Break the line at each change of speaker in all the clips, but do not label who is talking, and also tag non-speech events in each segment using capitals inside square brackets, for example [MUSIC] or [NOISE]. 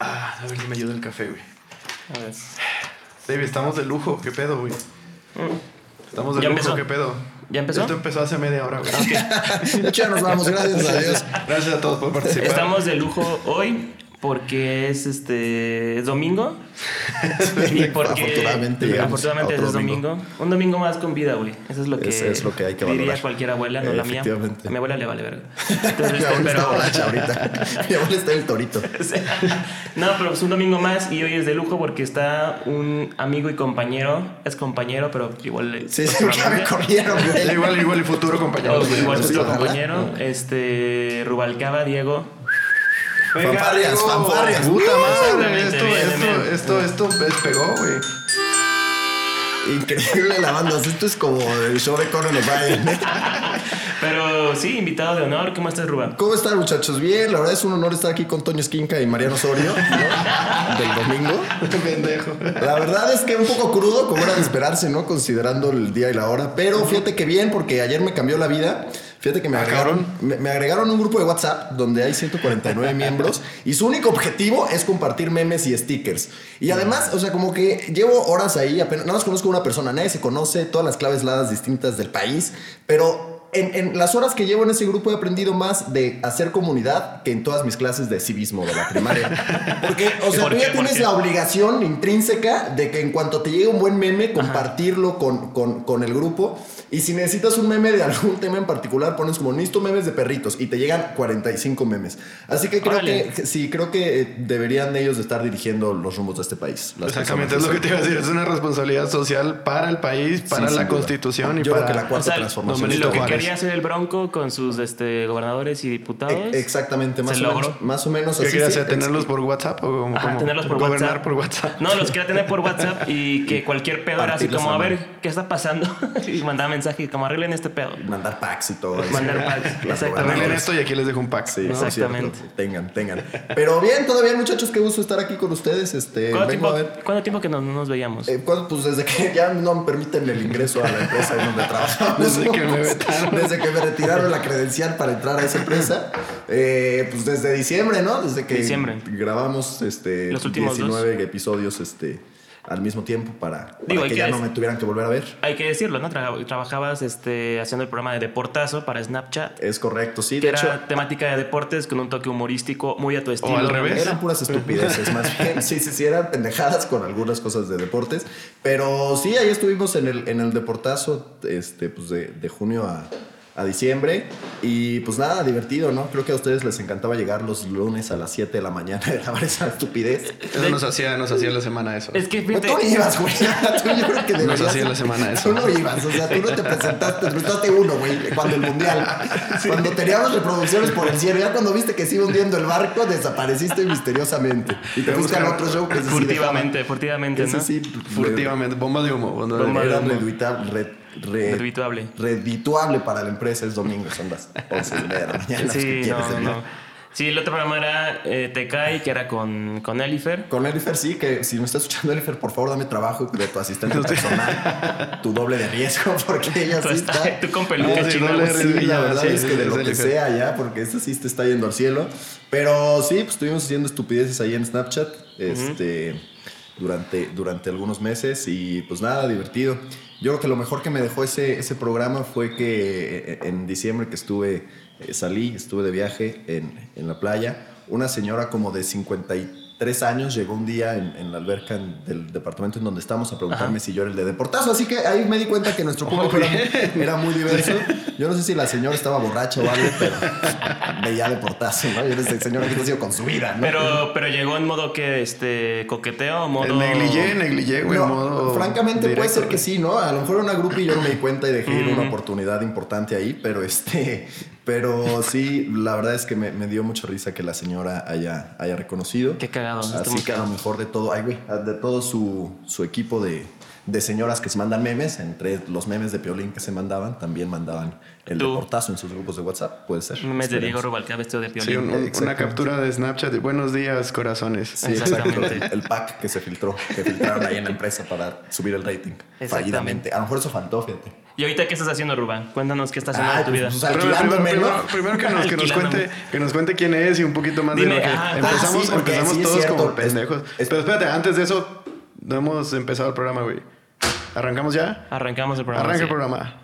A ver si Ah, me ayuda el café, güey.
A ver.
David, estamos de lujo. ¿Qué pedo, güey? Estamos de
¿Ya
lujo.
empezó?
¿Qué pedo?
¿Ya empezó?
Esto empezó hace media hora, güey.
De hecho, ya nos vamos. Gracias a Dios.
Gracias a todos por participar.
Estamos de lujo hoy porque es este es
[LAUGHS]
domingo y porque
Afortunadamente llegamos
afortunadamente
a otro
es domingo. Un domingo más con vida, güey. Eso es lo que
Es- es lo que hay que
diría
valorar.
cualquier abuela, no la mía.
Efectivamente.
A mi abuela le vale
[LAUGHS]
verga.
Mi
Entonces, este,
abuela está
pero-
borracha ahorita. Mi abuela está en el torito.
[LAUGHS] no, pero es un domingo más y hoy es de lujo porque está un amigo y compañero, es compañero, pero igual le-
Sí, sí, ya me corrieron,
Sí,
güey.
Igual, igual y futuro compañero.
Oh,
güey.
igual
Sí,
nuestro
ojalá.
compañero, este Rubalcaba Diego.
Venga,
Fanfarrias,
Diego.
fanfarrias.
Puta madre,
Exactamente,
esto,
bien,
esto,
bien.
esto, esto, pegó, güey. [LAUGHS]
Increíble la banda. Esto es como el ¿eh? show de Conan O'Brien.
Pero sí, invitado de honor. ¿Cómo estás, Ruba?
¿Cómo están, muchachos? Bien, la verdad es un honor estar aquí con Toño Esquinca y Mariano Osorio ¿no? del domingo.
Pendejo.
La verdad es que un poco crudo, como era de esperarse, ¿no? Considerando el día y la hora. Pero fíjate que bien, porque ayer me cambió la vida. Fíjate que me
Ah,
agregaron, me, me agregaron un grupo de WhatsApp donde hay 149 miembros y su único objetivo es compartir memes y stickers. Y además, o sea, como que llevo horas ahí, apenas, nada más conozco a una persona, nadie se conoce, todas las claves ladas distintas del país, pero... En, en las horas que llevo en ese grupo he aprendido más de hacer comunidad que en todas mis clases de civismo de la primaria.
[LAUGHS]
Porque, o sea,
¿Por
tú
qué?
ya
¿Por
tienes
qué?
la obligación intrínseca de que en cuanto te llegue un buen meme, compartirlo con, con- con el grupo. Y si necesitas un meme de algún tema en particular, pones como necesito memes de perritos y te llegan 45 memes. Así que creo
Órale.
que sí, creo que eh, deberían ellos de estar dirigiendo los rumbos de este país. las
Exactamente, es
personas
lo que te iba a decir. Es una responsabilidad social para el país, para
sin
la
duda.
constitución y
Yo
para.
creo que la cuarta
O sea,
transformación.
Domenito
Lo que
Juárez.
quería hacer el Bronco con sus este, gobernadores y diputados.
E- Exactamente, más
Se
o,
logró.
menos, más o menos
¿Qué
así.
querías
sí,
hacer? ¿Tenerlos por WhatsApp o como,
Ajá,
como
tenerlos por
gobernar
WhatsApp.
por WhatsApp?
No, los quería tener por WhatsApp y
[LAUGHS]
que cualquier pedo era así
Partirles
como,
la
a ver,
madre.
¿qué está pasando? [LAUGHS] y mandaba mensaje como arreglen este pedo.
[LAUGHS] Mandar packs y todo. eso.
Mandar
[LAUGHS]
packs,
Claro,
exactamente.
Arreglen
bueno, pues,
esto y aquí les dejo un pack.
Sí,
¿no?
sí,
Exactamente.
cierto. tengan, tengan. Pero bien, todavía, muchachos, qué gusto estar aquí con ustedes. Este,
¿Cuánto
vengo
tiempo,
a ver.
cuánto tiempo que no, no nos veíamos?
Eh, ¿cuándo? pues desde que ya no me permiten el ingreso a la empresa en donde trabajamos.
[LAUGHS]
Desde que me vetaron.
[LAUGHS] Desde que me retiraron la credencial para entrar a esa empresa. Eh, pues desde diciembre, ¿no? Desde que
Diciembre.
grabamos este,
Los últimos
19 episodios este, al mismo tiempo para, para
Digo, hay
que
que
ya
des-
no me tuvieran que volver a ver.
Hay que decirlo, ¿no? Tra- trabajabas este, haciendo el programa de Deportazo para Snapchat,
Es correcto, sí.
que
De
era
hecho,
temática de deportes con un toque humorístico muy a tu estilo.
al revés.
Eran puras estupideces, más bien. Sí, sí, sí, eran pendejadas con algunas cosas de deportes. Pero sí, ahí estuvimos en el, en el deportazo este, pues de, de junio a, a diciembre. Y pues nada, divertido, ¿no? Creo que a ustedes les encantaba llegar los lunes a las 7 de la mañana y grabar esa estupidez.
Eso nos hacía, nos hacía la semana eso.
Es que
No,
fíjate,
Pues tú no ibas, güey. [LAUGHS] Tú yo creo que deberías-
hacía la semana eso.
Tú no ibas, o sea, tú no te presentaste, te presentaste uno, güey, cuando el mundial. Cuando teníamos reproducciones por el cielo, ya cuando viste que se iba hundiendo el barco, desapareciste misteriosamente. Y te
Te
fuiste al
buscaron
otro show que se
furtivamente, furtivamente, ¿no?
Ese sí,
Furtivamente, bomba de humo. bomba de
Bomba
humo.
Era
Madre mía.
redituable, re, re-
Redituable.
redituable para la empresa. Es domingo, son las 11 y media de la [LAUGHS] mañana. si
Sí,
quieres,
no,
el-
no. Sí, el otro programa era eh, Te Cae, que era con, con Elifer.
Con Elifer, sí, que si me está escuchando Elifer, por favor dame trabajo de tu asistente personal, tu doble de riesgo, [LAUGHS] porque ella
Tú,
sí
está- [LAUGHS]
está.
tú con
Ah,
peluca
sí,
chingada.
doble R.
Sí, la verdad
Sí,
es
sí,
que de
sí,
lo
es
que
el
sea ya, porque esta sí te está yendo al cielo. Pero sí, pues estuvimos haciendo estupideces ahí en Snapchat este, durante, durante algunos meses y pues nada, divertido. Yo creo que lo mejor que me dejó ese, ese programa fue que eh, en diciembre que estuve, eh, salí, estuve de viaje en, en la playa, una señora como de 53 años llegó un día en, en la alberca en- del departamento en donde estamos a preguntarme si yo era el de deportazo, así que ahí me di cuenta que nuestro público era- [LAUGHS] era muy diverso. Yo no sé si la señora estaba borracha o algo, pero veía de portazo, ¿no? Yo era el señor que ha sido con su vida, ¿no?
Pero, pero llegó en modo que este coqueteo, modo.
El negligé, negligé, Eh, güey.
No,
modo
francamente puede
directo,
ser que sí, ¿no? A lo mejor era una grupa y yo no me di cuenta y dejé ir una oportunidad importante ahí, pero este, pero sí, la verdad es que me, me dio mucha risa que la señora haya, haya reconocido.
Qué cagado. está muy
Así que a lo
cagado.
mejor de todo, ay, güey, de todo su, su equipo de, de señoras que se mandan memes, entre los memes de Piolín que se mandaban, también mandaban el
Tú.
deportazo en sus grupos de WhatsApp, puede ser.
Un mes de
Esperemos.
Diego Rubalcaba vestido de
Sí,
piolín.
un- un- una
Exactamente.
captura de Snapchat de buenos días, corazones.
Sí, exacto.
Exactamente.
El, el pack que se filtró, que filtraron ahí en la empresa para subir el rating.
Exactamente.
Fallidamente. A lo mejor eso faltó, fíjate.
¿Y ahorita qué estás haciendo, Ruba? Cuéntanos qué estás haciendo
Ah,
de tu vida.
pues,
Pero primero,
alquilándome,
primero-
¿no?
primero que, nos, que nos
Alquilándome.
cuente, que nos cuente quién es y un poquito más
Dime,
de lo que
ah,
empezamos,
ah, sí, porque
empezamos
sí es
todos
cierto.
como
Es-
pendejos.
es-
Pero espérate, antes de eso, no hemos empezado el programa, güey. ¿Arrancamos ya?
Arrancamos el programa.
Arranca
sí.
el programa.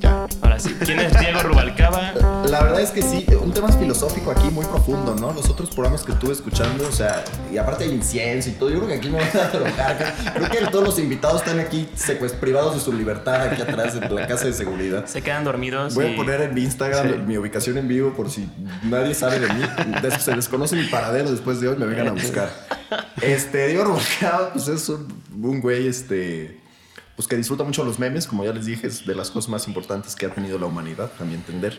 Ya.
Ahora sí. ¿Quién es Diego Rubalcaba?
La verdad es que sí, un tema filosófico aquí muy profundo, ¿no? Los otros programas que estuve escuchando, o sea, y aparte del incienso y todo, yo creo que aquí me van a drogar. Creo que todos los invitados están aquí secuest- privados de su libertad aquí atrás en la casa de seguridad.
Se quedan dormidos.
Voy
y-
a poner en mi Instagram
Sí.
mi ubicación en vivo por si nadie sabe de mí. Des- se desconoce mi paradero después de hoy, me vengan a buscar. Este, Diego Rubalcaba, pues es un, un güey, este, pues que disfruta mucho los memes, como ya les dije, es de las cosas más importantes que ha tenido la humanidad, a mi entender.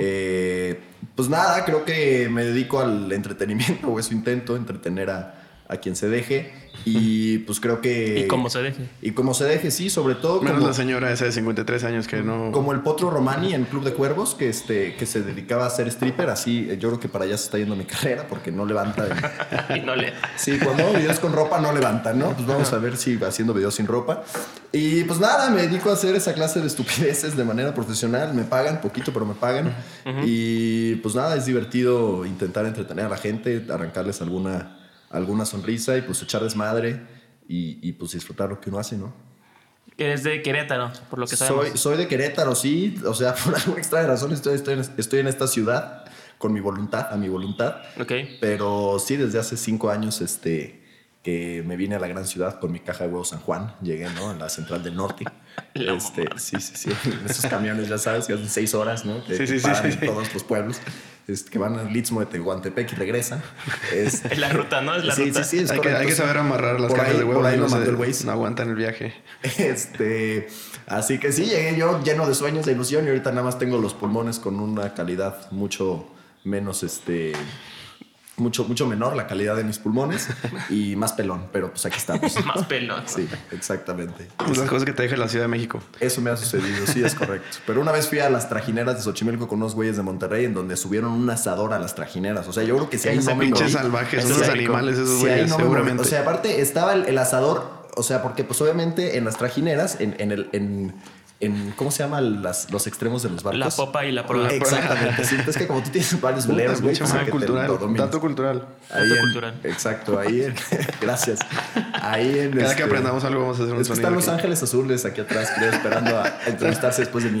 Eh, pues nada, creo que me dedico al entretenimiento, o eso intento, entretener a, a quien se deje. Y pues creo que...
Y como se deje. [LAUGHS]
Y como se deje, sí, sobre todo...
Menos
como-
la señora esa de 53 años que no...
como el Potro Romani en Club de Cuervos, que, este, que se dedicaba a ser stripper, así eh, yo creo que para allá se está yendo mi [LAUGHS] carrera porque no levanta. el-
Y no le.
Sí, cuando hago videos con ropa no levanta, ¿no? Pues vamos a ver si haciendo videos sin ropa. Y pues nada, me dedico a hacer esa clase de estupideces de manera profesional. Me pagan poquito, pero me pagan. Y pues nada, es divertido intentar entretener a la gente, arrancarles alguna, alguna sonrisa y pues echar desmadre y, y pues disfrutar lo que uno hace, ¿no?
Eres de Querétaro, por lo que sabemos.
Soy, soy de Querétaro, sí. O sea, [LAUGHS] por alguna extraña razón estoy, estoy, en, estoy en esta ciudad con mi voluntad, a mi voluntad.
Ok.
Pero sí, desde hace cinco años este, que me vine a la gran ciudad con mi caja de huevos San Juan. Llegué, ¿no? A la central
[LAUGHS]
del norte.
La
Este, sí, sí, sí. En Esos camiones, ya sabes, que hacen seis horas, ¿no? Que
Sí, sí, sí,
paran
sí,
en
sí.
todos los pueblos. este, que van al Istmo de Tehuantepec y
[LAUGHS]
regresan. Este,
Es la ruta, ¿no? Es la
sí,
ruta.
sí, sí, es
Hay que, hay que
correcto.
saber amarrar las
Por
cajas
ahí-
de huevo.
Por ahí
no,
lo
se-
mandó el Waze.
no aguantan el viaje.
[LAUGHS] Este, así que sí, llegué yo lleno de sueños, de ilusión y ahorita nada más tengo los pulmones con una calidad mucho menos, este, mucho, mucho menor la calidad de mis pulmones y más pelón, pero pues aquí estamos.
Más pelón.
Sí, exactamente.
Es las cosas que te deja la Ciudad de México.
Eso me ha sucedido, sí, es correcto. Pero una vez fui a las trajineras de Xochimilco con unos güeyes de Monterrey en donde subieron un asador a las trajineras. O sea, yo creo que si ahí
Esos
no me
pinches
morí-
salvajes,
Eso
unos
es rico.
animales esos
Sí, ahí
güeyes,
no me
seguramente.
morí. O sea, aparte estaba el, el asador, o sea, porque pues obviamente en las trajineras, en, en el, en, en- ¿cómo se llaman las, los extremos de los barcos?
La popa y la proa.
Exactamente, sí, es que como tú tienes varios
Puta,
bleros, güey,
pinche
pues,
madre
que te lo
cultural,
dominas.
dato cultural.
Ahí
Dato
en-
cultural.
Exacto, ahí en, [LAUGHS] gracias. Ahí en
Cada
este-
que aprendamos algo vamos a hacer un
es que
sonido.
están los
aquí.
ángeles azules aquí atrás, creo, esperando
[LAUGHS]
a a entrevistarse después de mí.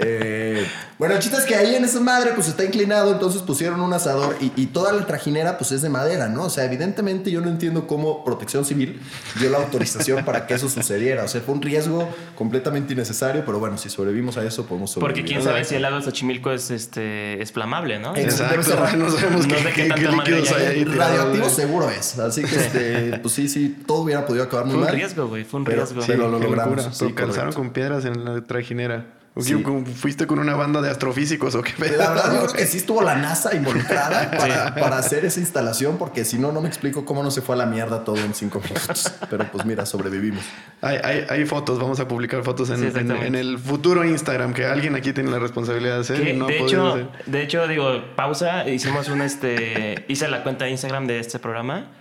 Eh, bueno, el chiste es que ahí en esa madre, pues está inclinado, entonces pusieron un asador y, y toda la trajinera, pues es de madera, ¿no? O sea, evidentemente yo no entiendo cómo Protección Civil dio
[LAUGHS]
la autorización para que eso sucediera. O sea, fue un riesgo completamente innecesario, pero bueno, si sobrevivimos a eso, podemos
Porque
sobrevivir.
quién sabe si el lago de Xochimilco es, este, es flamable, ¿no?
Eh,
Exacto,
Debe
[LAUGHS]
ser-
no sabemos
no
qué,
sé qué
qué- qué
tanta madre
líquidos hay
haya.
ahí tirados,
Radioactivo
¿eh?
güey.
seguro es, así
[LAUGHS]
que este, pues sí, sí, todo hubiera podido acabar muy
Fue un
mal.
riesgo, güey, fue un
Pero-
riesgo.
pero lo
Qué
logramos.
locura,
sí,
pero calzaron
correcto.
con piedras en la trajinera. ¿O
Sí.
qué- ¿Fuiste con una banda de astrofísicos o qué pedo?
La verdad, yo creo que sí estuvo la NASA involucrada para, para hacer esa instalación, porque si no, no me explico cómo no se fue a la mierda todo en cinco minutos. Pero pues mira, sobrevivimos.
Hay, hay, hay fotos, vamos a publicar fotos en,
Sí,
en-
exactamente.
en el futuro Instagram que alguien aquí tiene la responsabilidad de hacer
Que,
y no ha
de,
podido
hecho,
hacer.
de hecho, digo, pausa, hicimos un este. [LAUGHS] hice la cuenta de Instagram de este programa.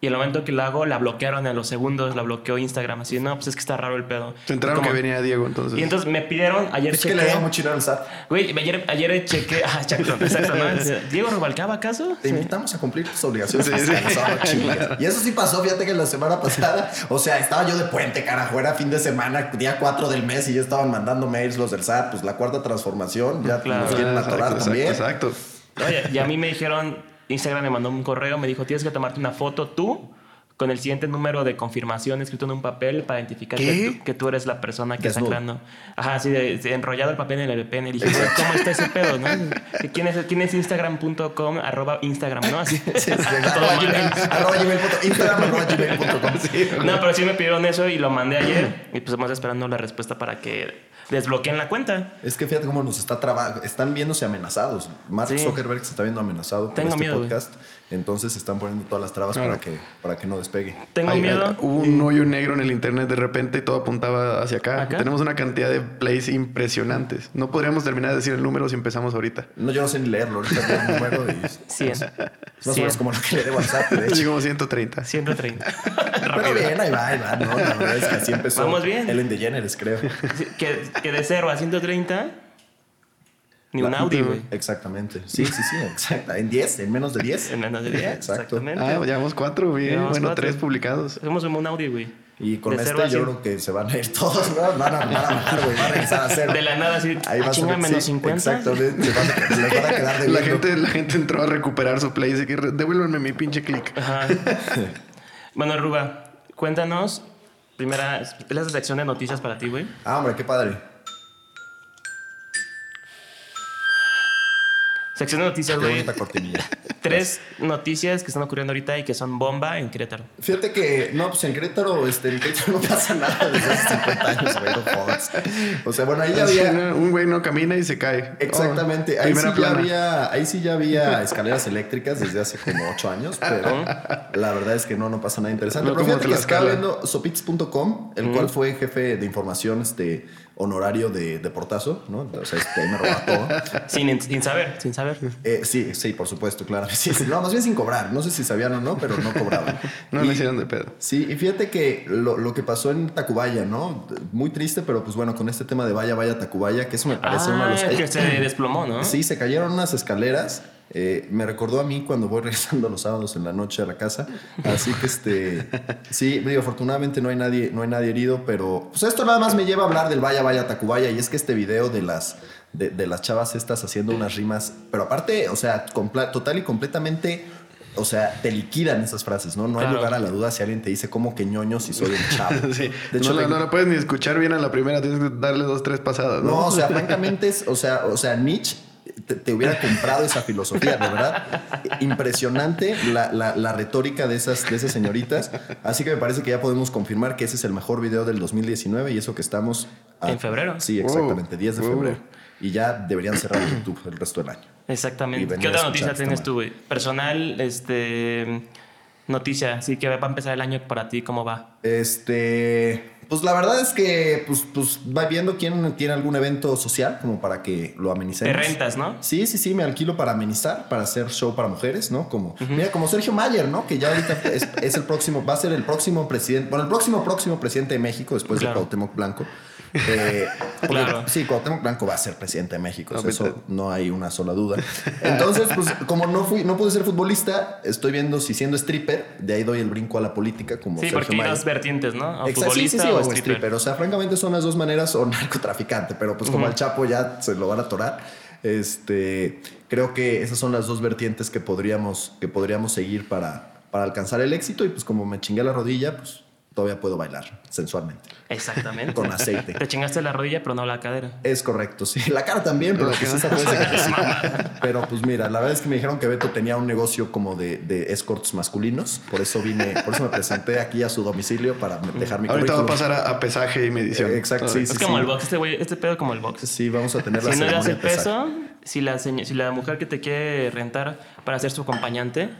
Y el momento que la hago, la bloquearon a los segundos, la bloqueó Instagram. Así, no, pues es que está raro el pedo.
Se enteraron
Y como-
que venía Diego, entonces.
Y entonces me pidieron, ayer
Es que le
chequé.
da mucho ir al SAT.
Güey, ayer, ayer chequé. [LAUGHS] Ah, exacto, exacto,
[LAUGHS]
¿no? ¿Diego Rubalcaba acaso?
Te invitamos a cumplir tus obligaciones.
Sí, sí.
fiscales, ah, chinga.
[LAUGHS]
Y eso sí pasó, fíjate que la semana pasada, o sea, estaba yo de puente, carajo, era fin de semana, día 4 del mes, y ya estaban mandando mails los del SAT, pues la cuarta transformación, ya
Claro.
nos quieren
Ah,
atorar
exacto,
también.
exacto, exacto.
Oye, y a mí me dijeron, Instagram me mandó un correo, me dijo, tienes que tomarte una foto tú con el siguiente número de confirmación escrito en un papel para identificar que
¿Qué?
tú, que tú eres la persona que está
Desnudo.
creando. Ajá, así de, de enrollado el papel en el VPN. Y dije, "Güey, ¿cómo está ese pedo, no? ¿Quién es, quién es Instagram.com, arroba Instagram, no? Así.
[LAUGHS] Sí, sí,
Todo
arroba
mal.
gmail- arroba gmail.com, Instagram, arroba gmail punto com.
Sí, güey.
No, pero sí me pidieron eso y lo mandé ayer. Y pues estamos esperando la respuesta para que desbloqueen la cuenta.
Es que fíjate cómo nos está trabajando. Están viéndose amenazados. Mark
Sí.
Zuckerberg se está viendo amenazado por
Tengo
este
miedo, güey.
podcast. Entonces se están poniendo todas las trabas
Claro.
para, que, para que no despegue.
Tengo
Hay-
miedo.
hay- hubo un hoyo negro en el internet de repente y todo apuntaba hacia acá.
¿Acá?
Tenemos una cantidad de plays impresionantes. No podríamos terminar de decir el número si empezamos ahorita.
No, yo no sé ni leerlo. Ahorita veo un número y es
100.
más o menos
100.
como lo que le de WhatsApp, de
Así
hecho.
como 130.
130.
Pero bien, ahí va, ahí va. No, la verdad es que así empezó
Vamos bien.
Ellen DeGeneres, creo.
Sí, que, que de 0 a 130, ni un
La-
Audi, güey.
Exactamente. Sí, sí, sí, exacto. En 10, en menos de 10.
En menos de 10,
Exacto.
exactamente.
Ah, llevamos cuatro, bien.
Llevamos
bueno,
cuatro.
tres publicados.
Somos como un Audi, güey.
Y con
De
este
cero a
yo
cien.
creo que se van a ir todos, ¿no? Van a, van a bajar, güey. Van a regresar a cero.
De la nada, así.
Ahí
ah,
vas a
chinga,
ver-
menos
sí,
50.
Exactamente. Se van a, les van a quedar
[LAUGHS]
de
La gente, la gente entró a recuperar su play. Dice que "Re- devuélvanme mi pinche click.
Ajá. bueno, Ruba, cuéntanos. Primera, es la sección de noticias para ti, güey.
Ah, hombre, qué padre.
Sección de noticias,
Qué
güey.
bonita cortinilla.
Tres noticias que están ocurriendo ahorita y que son bomba en Querétaro.
Fíjate que, no, pues en Querétaro, este, en Querétaro no pasa nada desde hace 50 años, güey, no jodas. O sea, bueno, ahí ya
Así,
había,
¿no? Un güey no camina y se cae.
Exactamente.
Oh,
ahí, sí
primera
ya
plana.
había, ahí sí ya había escaleras eléctricas desde hace como ocho años, pero la verdad es que no, no pasa nada interesante.
Ah, No
pero
como
fíjate que estaba
Tlaxcala.
viendo sopits.com, el cual fue jefe de información este, honorario de, de Portazo, ¿no? O sea, este, ahí me robaba todo.
Sin, sin saber, sin saber.
Eh, sí, sí, por supuesto, claro. Sí, sí. No, más bien sin cobrar. No sé si sabían o no, pero no cobraban.
No le hicieron de pedo.
Sí, y fíjate que lo, lo que pasó en Tacubaya, ¿no? Muy triste, pero pues bueno, con este tema de vaya, vaya Tacubaya, que eso me parece uno de
Ah,
los...
que se desplomó, ¿no?
Sí, se cayeron unas escaleras. eh, me recordó a mí cuando voy [LAUGHS] regresando los sábados en la noche a la casa. Así que este. Sí, digo, afortunadamente no hay nadie, no hay nadie herido, pero. Pues esto nada más me lleva a hablar del Vaya Vaya Tacubaya. Y es que este video de las. De, de las chavas estas haciendo unas rimas. Pero aparte, o sea, compla- total y completamente. O sea, te liquidan esas frases, ¿no? No hay
Claro.
lugar a la duda si alguien te dice como que ñoño si soy un
[LAUGHS]
chavo.
Sí.
De hecho,
no, la-
tengo-
no la puedes ni escuchar bien a la primera. Tienes que darle dos, tres pasadas. No,
no, o sea, francamente, es, o sea, o sea, Nietzsche te, te hubiera comprado esa filosofía, de verdad. Impresionante la, la- la retórica de esas, de esas señoritas. Así que me parece que ya podemos confirmar que ese es el mejor video del 2019 y eso que estamos... a-
En febrero.
Sí, exactamente, 10 de
Wow.
febrero. Y ya deberían cerrar YouTube el resto del año. Y
Exactamente.
venía
¿Qué
a
otra
escuchar
noticia
esta
tienes
madre.
tú, güey? Personal, este. Noticia, así que va a empezar el año para ti, ¿cómo va?
Este, pues la verdad es que pues, pues va viendo quién tiene algún evento social como para que lo
Te
amenicemos.
rentas, ¿no?
Sí, sí, sí, me alquilo para amenizar, para hacer show para mujeres, ¿no? Como, mira, como Sergio Mayer, ¿no? Que ya ahorita es, es el próximo, va a ser el próximo presidente, bueno, el próximo, próximo presidente de México después
Claro.
de
[LAUGHS]
Cuauhtémoc Blanco. Eh, porque,
Claro.
Sí, Cuauhtémoc Blanco va a ser presidente de México, o sea,
Ahorita-
eso no hay una
[LAUGHS]
sola duda. Entonces, pues, como no fui, no pude ser futbolista, estoy viendo si siendo stripper, de ahí doy el brinco a la política como
Sí,
Sergio
porque hay
Mayer.
dos vertientes, ¿no? O
Exacto, sí, sí,
futbolista
sí,
o
o
stripper.
stripper. O sea, francamente son las dos maneras, o [LAUGHS] narcotraficante, pero pues como al Chapo ya se lo van a atorar. Este, creo que esas son las dos vertientes que podríamos, que podríamos seguir para, para alcanzar el éxito. Y pues como me chingué la rodilla, pues todavía puedo bailar sensualmente,
Exactamente.
con
[LAUGHS]
aceite.
Te chingaste la rodilla, pero no la cadera.
Es correcto, sí. La cara también, pero pues esa puede ser que sí. Pero pues mira, la verdad es que me dijeron que Beto tenía un negocio como de, de escorts masculinos. Por eso vine, por eso me presenté aquí a su domicilio para dejar mi
Ahorita va a
currículum.
pasar a, a pesaje y medición.
Eh, exacto, sí,
es
sí,
como
sí.
el box, este güey, este pedo como el box.
Sí, vamos a tener la
Si no le das
ceremonia
el
de pesaje.
peso, si la, señ- si la mujer que te quiere rentar para ser su acompañante,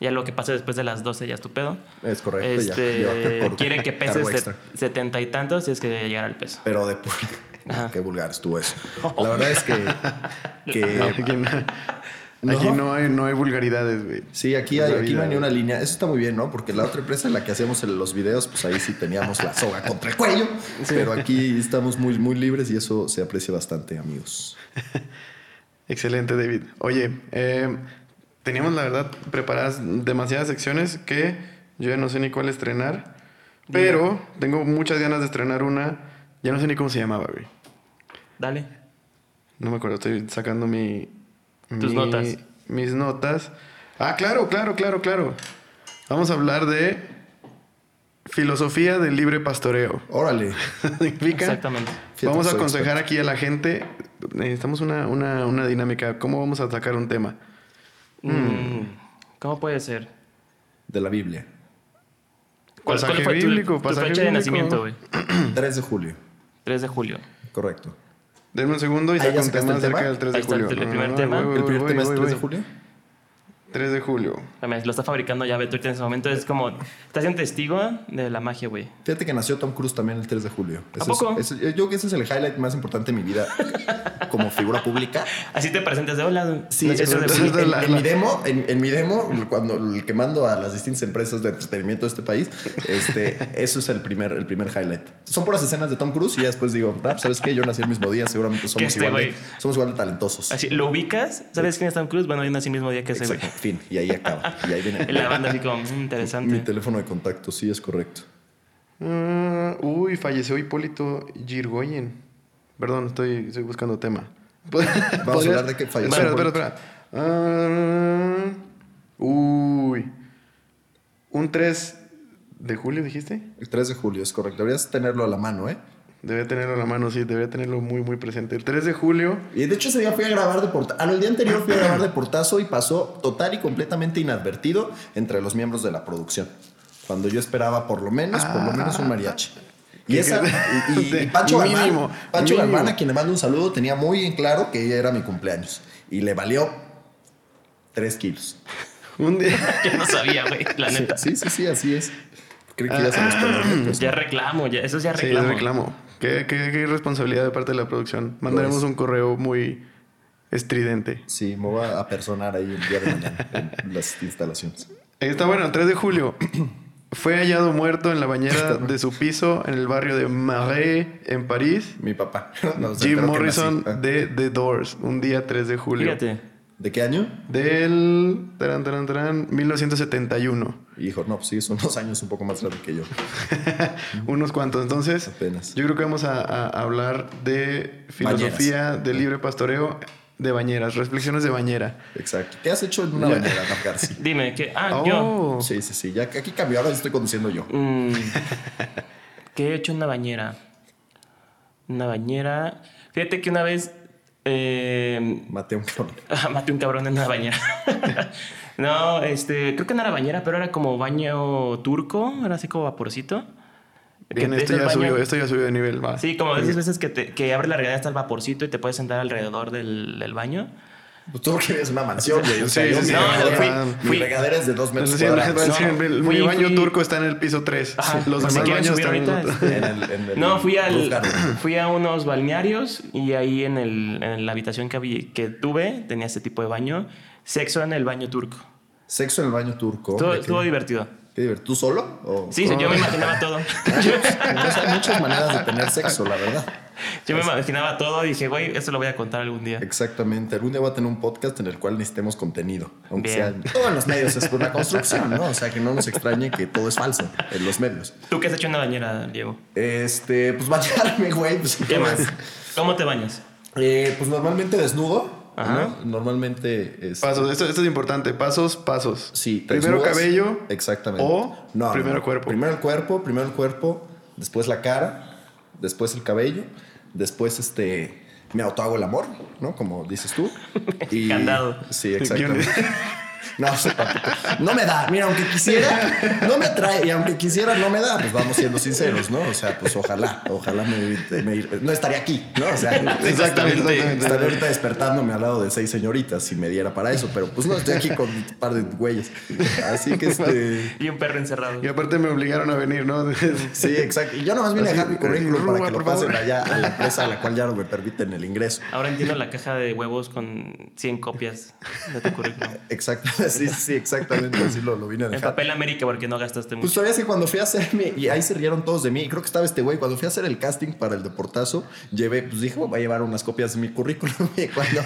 ya lo que pase después de las 12 ya es tu pedo.
Es correcto, ya.
Este,
Ya, [LAUGHS] por
quieren que este
cargo
peses
extra.
set- setenta y tantos si es que llegar al peso.
Pero de pur- Qué vulgar estuvo eso.
Oh.
La verdad es que.
[LAUGHS]
que
Aquí, no, aquí no hay, no hay vulgaridades, güey.
sí, aquí,
Es
hay,
la
aquí no
vida,
hay ni una
güey.
línea. Eso está muy bien, ¿no? Porque la otra empresa en la que hacíamos el- los videos, pues ahí sí teníamos la soga contra el cuello. Pero aquí estamos muy, muy libres y eso se aprecia bastante, amigos.
Excelente, David. Oye, eh, teníamos la verdad preparadas demasiadas secciones que yo ya no sé ni cuál estrenar, pero tengo muchas ganas de estrenar una. Ya no sé ni cómo se llamaba, güey.
Dale.
No me acuerdo, estoy sacando mi.
Tus
mi-
notas.
Mis notas. Ah, claro, claro, claro, claro. Vamos a hablar de filosofía del libre pastoreo. [LAUGHS]
Órale.
¿Significa?
Exactamente.
Fíjate,
vamos a
soy
aconsejar aquí a la gente. Necesitamos una, una, una dinámica. ¿Cómo vamos a atacar un tema?
Mm, ¿Cómo puede ser?
De la Biblia. [CLEARS THROAT]
¿Cuál,
Pasaje
cuál fue tu-
bíblico,
tu,
pasaje
fecha de
bíblico.
nacimiento, güey?
3 de julio.
3 de julio.
correcto.
Denme un segundo y
Ahí ya
saca un
sacaste
tema
el tema.
acerca del 3 de
Ahí está el
julio. Ah,
primer tema.
voy, voy,
¿El primer
voy,
tema es
voy,
3 de
voy.
julio?
3 de julio.
Mames, Lo está fabricando ya Beto ahorita en ese momento. Es como, estás siendo testigo de la magia, güey.
Fíjate que nació Tom Cruise también el 3 de julio.
¿A
Eso es-
poco?
eso- yo creo que ese es el highlight más importante de mi vida como
[LAUGHS]
figura pública.
Así te presentas de hola.
Sí,
no,
eso
de
es-
sí,
es de
en,
la-
en
la-
mi demo, en, en mi demo, cuando el que mando a las distintas empresas de entretenimiento de este país, este, eso es el primer, el primer highlight. Son puras escenas de Tom Cruise y ya después digo, "Ah, ¿sabes qué? Yo nací el mismo día, seguramente somos,
este
igual, de,
güey.
somos igual de
[LAUGHS]
talentosos.
Así, lo ubicas, ¿sabes quién es Tom Cruise? Bueno, viene así mismo día que ese güey.
Exacto, fin. Y ahí acaba. Y
[LAUGHS]
ahí viene
Y La banda así como, mm,
mi
interesante.
teléfono de contacto, sí, es correcto.
Ah, uy, falleció Hipólito Yrigoyen. Perdón, estoy, estoy buscando tema. ¿Podrías-
hablar de que falleció
Espera, espera,
Hipólito.
espera. Ah, uy. Un 3 de julio, dijiste.
El 3 de julio, es correcto. Deberías tenerlo a la mano, ¿eh?
Debería tenerlo en la mano, sí, debería tenerlo muy, muy presente. El 3 de julio.
Y de hecho ese día fui a grabar de portazo. Ah, no, el día anterior fui a grabar de portazo y pasó total y completamente inadvertido entre los miembros de la producción. Cuando yo esperaba por lo menos, por lo menos un mariachi. Y,
¿Qué-
esa,
qué-
y, y- y Pancho
Mínimo,
Galván, Pancho
mínimo.
Galván, a quien le mando un saludo, tenía muy en claro que ella era mi cumpleaños. Y le valió tres kilos.
Un día.
[LAUGHS] [LAUGHS] Yo no sabía, güey, la neta.
Sí, sí, sí, así es. Creo que ya se los tomó, pues.
Ya reclamo, ya, eso es ya
Sí,
reclamo.
es reclamo. ¿Qué, qué, qué irresponsabilidad de parte de la producción. Mandaremos
Lo es.
un correo muy estridente.
Sí, me voy a personar ahí el día de mañana en las instalaciones.
Ahí Está bueno, 3 de julio. [CLEARS THROAT] Fue hallado muerto en la
[LAUGHS]
bañera de su piso en el barrio de Marais, en París.
Mi papá. [LAUGHS] No, se
Jim
enteró que
Morrison
nací. Ah.
de The Doors, un día 3 de julio.
Fíjate.
¿De qué año?
Del tarán, tarán, tarán, 1971.
Hijo, no, pues sí, son unos años un poco más tarde que yo.
Unos cuantos. Entonces,
Apenas.
yo creo que vamos a, a hablar de filosofía, de libre pastoreo, de bañeras, reflexiones de bañera.
Exacto. ¿Qué has hecho en una bañera, Nat Garci?
Dime, que. Ah,
Oh,
yo.
Sí, sí, sí. Ya que aquí cambió, ahora estoy conduciendo yo.
Mm, ¿Qué he hecho en una bañera? Una bañera. Fíjate que una vez [LAUGHS] eh,
Maté a un cabrón.
maté un cabrón en una bañera. [LAUGHS] no, este, creo que no era bañera, pero era como baño turco, era así como vaporcito. Que
Bien,
te
esto
es
ya,
el baño-
subió, esto ya subió de nivel. Va.
Sí, como esas veces que, te, que abre la regadera hasta el vaporcito y te puedes sentar alrededor del, del baño.
Pues Tú que vives en una mansión, güey. O sea,
Sí,
yo
sí, sí.
mi,
No,
regadera,
fui-
mi
fui-
regadera es de dos metros
Sí,
cuadrados.
sí,
No,
el- el-
fui-
mi baño
fui-
turco está en el piso 3.
Ajá,
Ah, Los
por si
demás
Pues quieren
baños
subir
están en
ahorita,
otro.
este,
En el- en el-
No, fui, al,
Roof Garden.
fui a unos balnearios y ahí en, el, en la habitación que, había- que tuve tenía este tipo de baño. Sexo en el baño turco.
Sexo en el baño turco.
Estuvo,
¿De qué?
estuvo divertido.
¿Qué divertido? ¿Tú solo? O-
Sí, sí, yo me imaginaba todo. [LAUGHS]
Entonces, hay muchas maneras de tener sexo, la verdad.
Yo me imaginaba todo y dije, güey, esto lo voy a contar algún día.
Exactamente. Algún día voy a tener un podcast en el cual necesitemos contenido. Aunque
Bien.
sea. Todo en los medios es por una construcción, ¿no? O sea, que no nos extrañe que todo es falso en los medios.
¿Tú qué has hecho en la bañera, Diego?
Este, pues [LAUGHS] bañarme, güey. Pues,
¿Qué más? ¿Cómo te bañas?
Eh, pues normalmente desnudo.
Ajá.
¿no? Normalmente es.
Pasos, esto, esto es importante. Pasos, pasos.
Sí,
primero
desnudas.
cabello.
Exactamente.
O primero cuerpo.
Primero el cuerpo, primero el cuerpo, después la cara, después el cabello, después este. Me autohago el amor, ¿no? Como dices tú.
[LAUGHS]
Y,
Candado.
Sí, exactamente. No, [LAUGHS] o sea, tampoco. no me da. Mira, aunque quisiera, no me atrae. Y aunque quisiera, no me da. Pues vamos siendo sinceros, ¿no? O sea, pues ojalá, ojalá me, me- no estaría aquí, ¿no? O sea,
[LAUGHS] Exactamente, exactamente.
estaría ahorita despertándome al lado de seis señoritas si me diera para eso. Pero pues no, estoy aquí con un par de güeyes. Así que este.
Y un perro encerrado.
Y aparte me obligaron a venir, ¿no? [LAUGHS]
Sí, exacto. Y yo nomás vine a dejar mi currículum para que lo pasen allá a la empresa a la cual ya no me permiten el ingreso.
Ahora entiendo la caja de huevos con 100 copias de tu
[LAUGHS]
currículum.
Exacto. Sí, sí, exactamente. Así lo, lo vine a
En
dejar.
papel América porque no gastaste
Pues
mucho.
todavía es que cuando fui a hacerme, y ahí se rieron todos de mí, y creo que estaba este güey, cuando fui a hacer el casting para el deportazo, llevé, pues dije, voy a llevar unas copias de mi currículum, [LAUGHS] y cuando,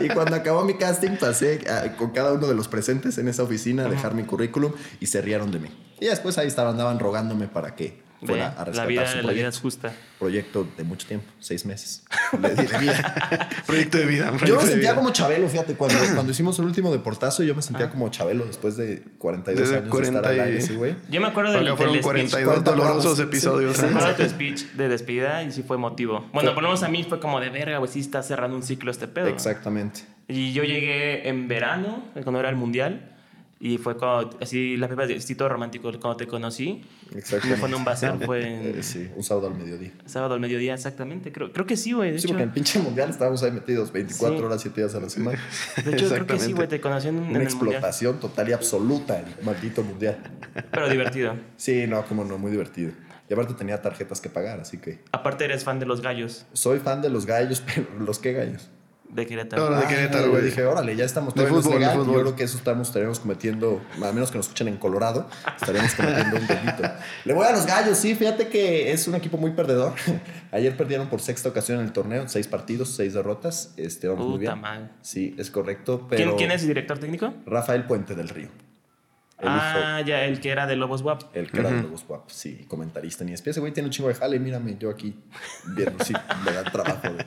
y cuando acabó mi casting pasé ah, con cada uno de los presentes en esa oficina a dejar mi currículum, y se rieron de mí. Y después ahí estaban, andaban rogándome para que
Ve,
fuera a
la,
rescatar
vida,
su
la vida
proyecto,
es justa.
proyecto de mucho tiempo, seis meses, de, de vida.
proyecto de vida.
Yo
proyecto
me
de
sentía
vida.
como Chabelo, fíjate, cuando, cuando hicimos el último deportazo, yo me sentía como Chabelo después de 42
Desde
años de estar al
40 y-
aire ese güey.
Yo me acuerdo del,
Acá fueron
del
42
speech.
40
dolorosos
pavos.
episodios.
Me acuerdo de tu speech de despedida y sí fue emotivo. Bueno, por lo menos a mí fue como de verga, güey, sí está cerrando un ciclo este pedo.
Exactamente.
Y yo llegué en verano, cuando era el mundial, Y fue cuando, así, las pepas de Tito Romántico, cuando te conocí. No fue en un bazar, fue
[LAUGHS]
en
Eh, sí, un sábado al mediodía.
sábado al mediodía, exactamente. Creo, creo que sí, güey. De
Sí,
hecho,
porque en pinche mundial estábamos ahí metidos 24
Sí.
horas, 7 días a la semana.
de hecho creo que sí, güey. Te conocí en, [LAUGHS] en
Una
el mundial.
explotación total y absoluta el maldito mundial.
Pero divertido.
Sí, no, como no, muy divertido. Y aparte tenía tarjetas que pagar, así que
Aparte, eres fan de los gallos
soy fan de los gallos, [LAUGHS] pero ¿los qué gallos?
de Querétaro.
Los de
Ah,
Querétaro,
yo
güey.
Dije, órale, ya estamos
De
todavía en
fútbol,
ese
de
gap, y Yo
fútbol.
creo que eso estamos, estaríamos cometiendo, a menos que nos escuchen en Colorado, estaríamos cometiendo un delito. Le voy a los gallos, sí, fíjate que es un equipo muy perdedor. [LAUGHS] Ayer perdieron por sexta ocasión en el torneo, seis partidos, seis derrotas. Este, vamos muy
Puta
bien.
madre.
Sí, es correcto, pero...
¿Quién, quién es el director técnico?
Rafael Puente del Río. El hijo,
Ah, ya, el que era de Lobos WAP.
el que era de los guapos, sí, comentarista. E Ni especie, güey, tiene un chingo de jale. Mírame, yo aquí viendo si [LAUGHS] me da el trabajo de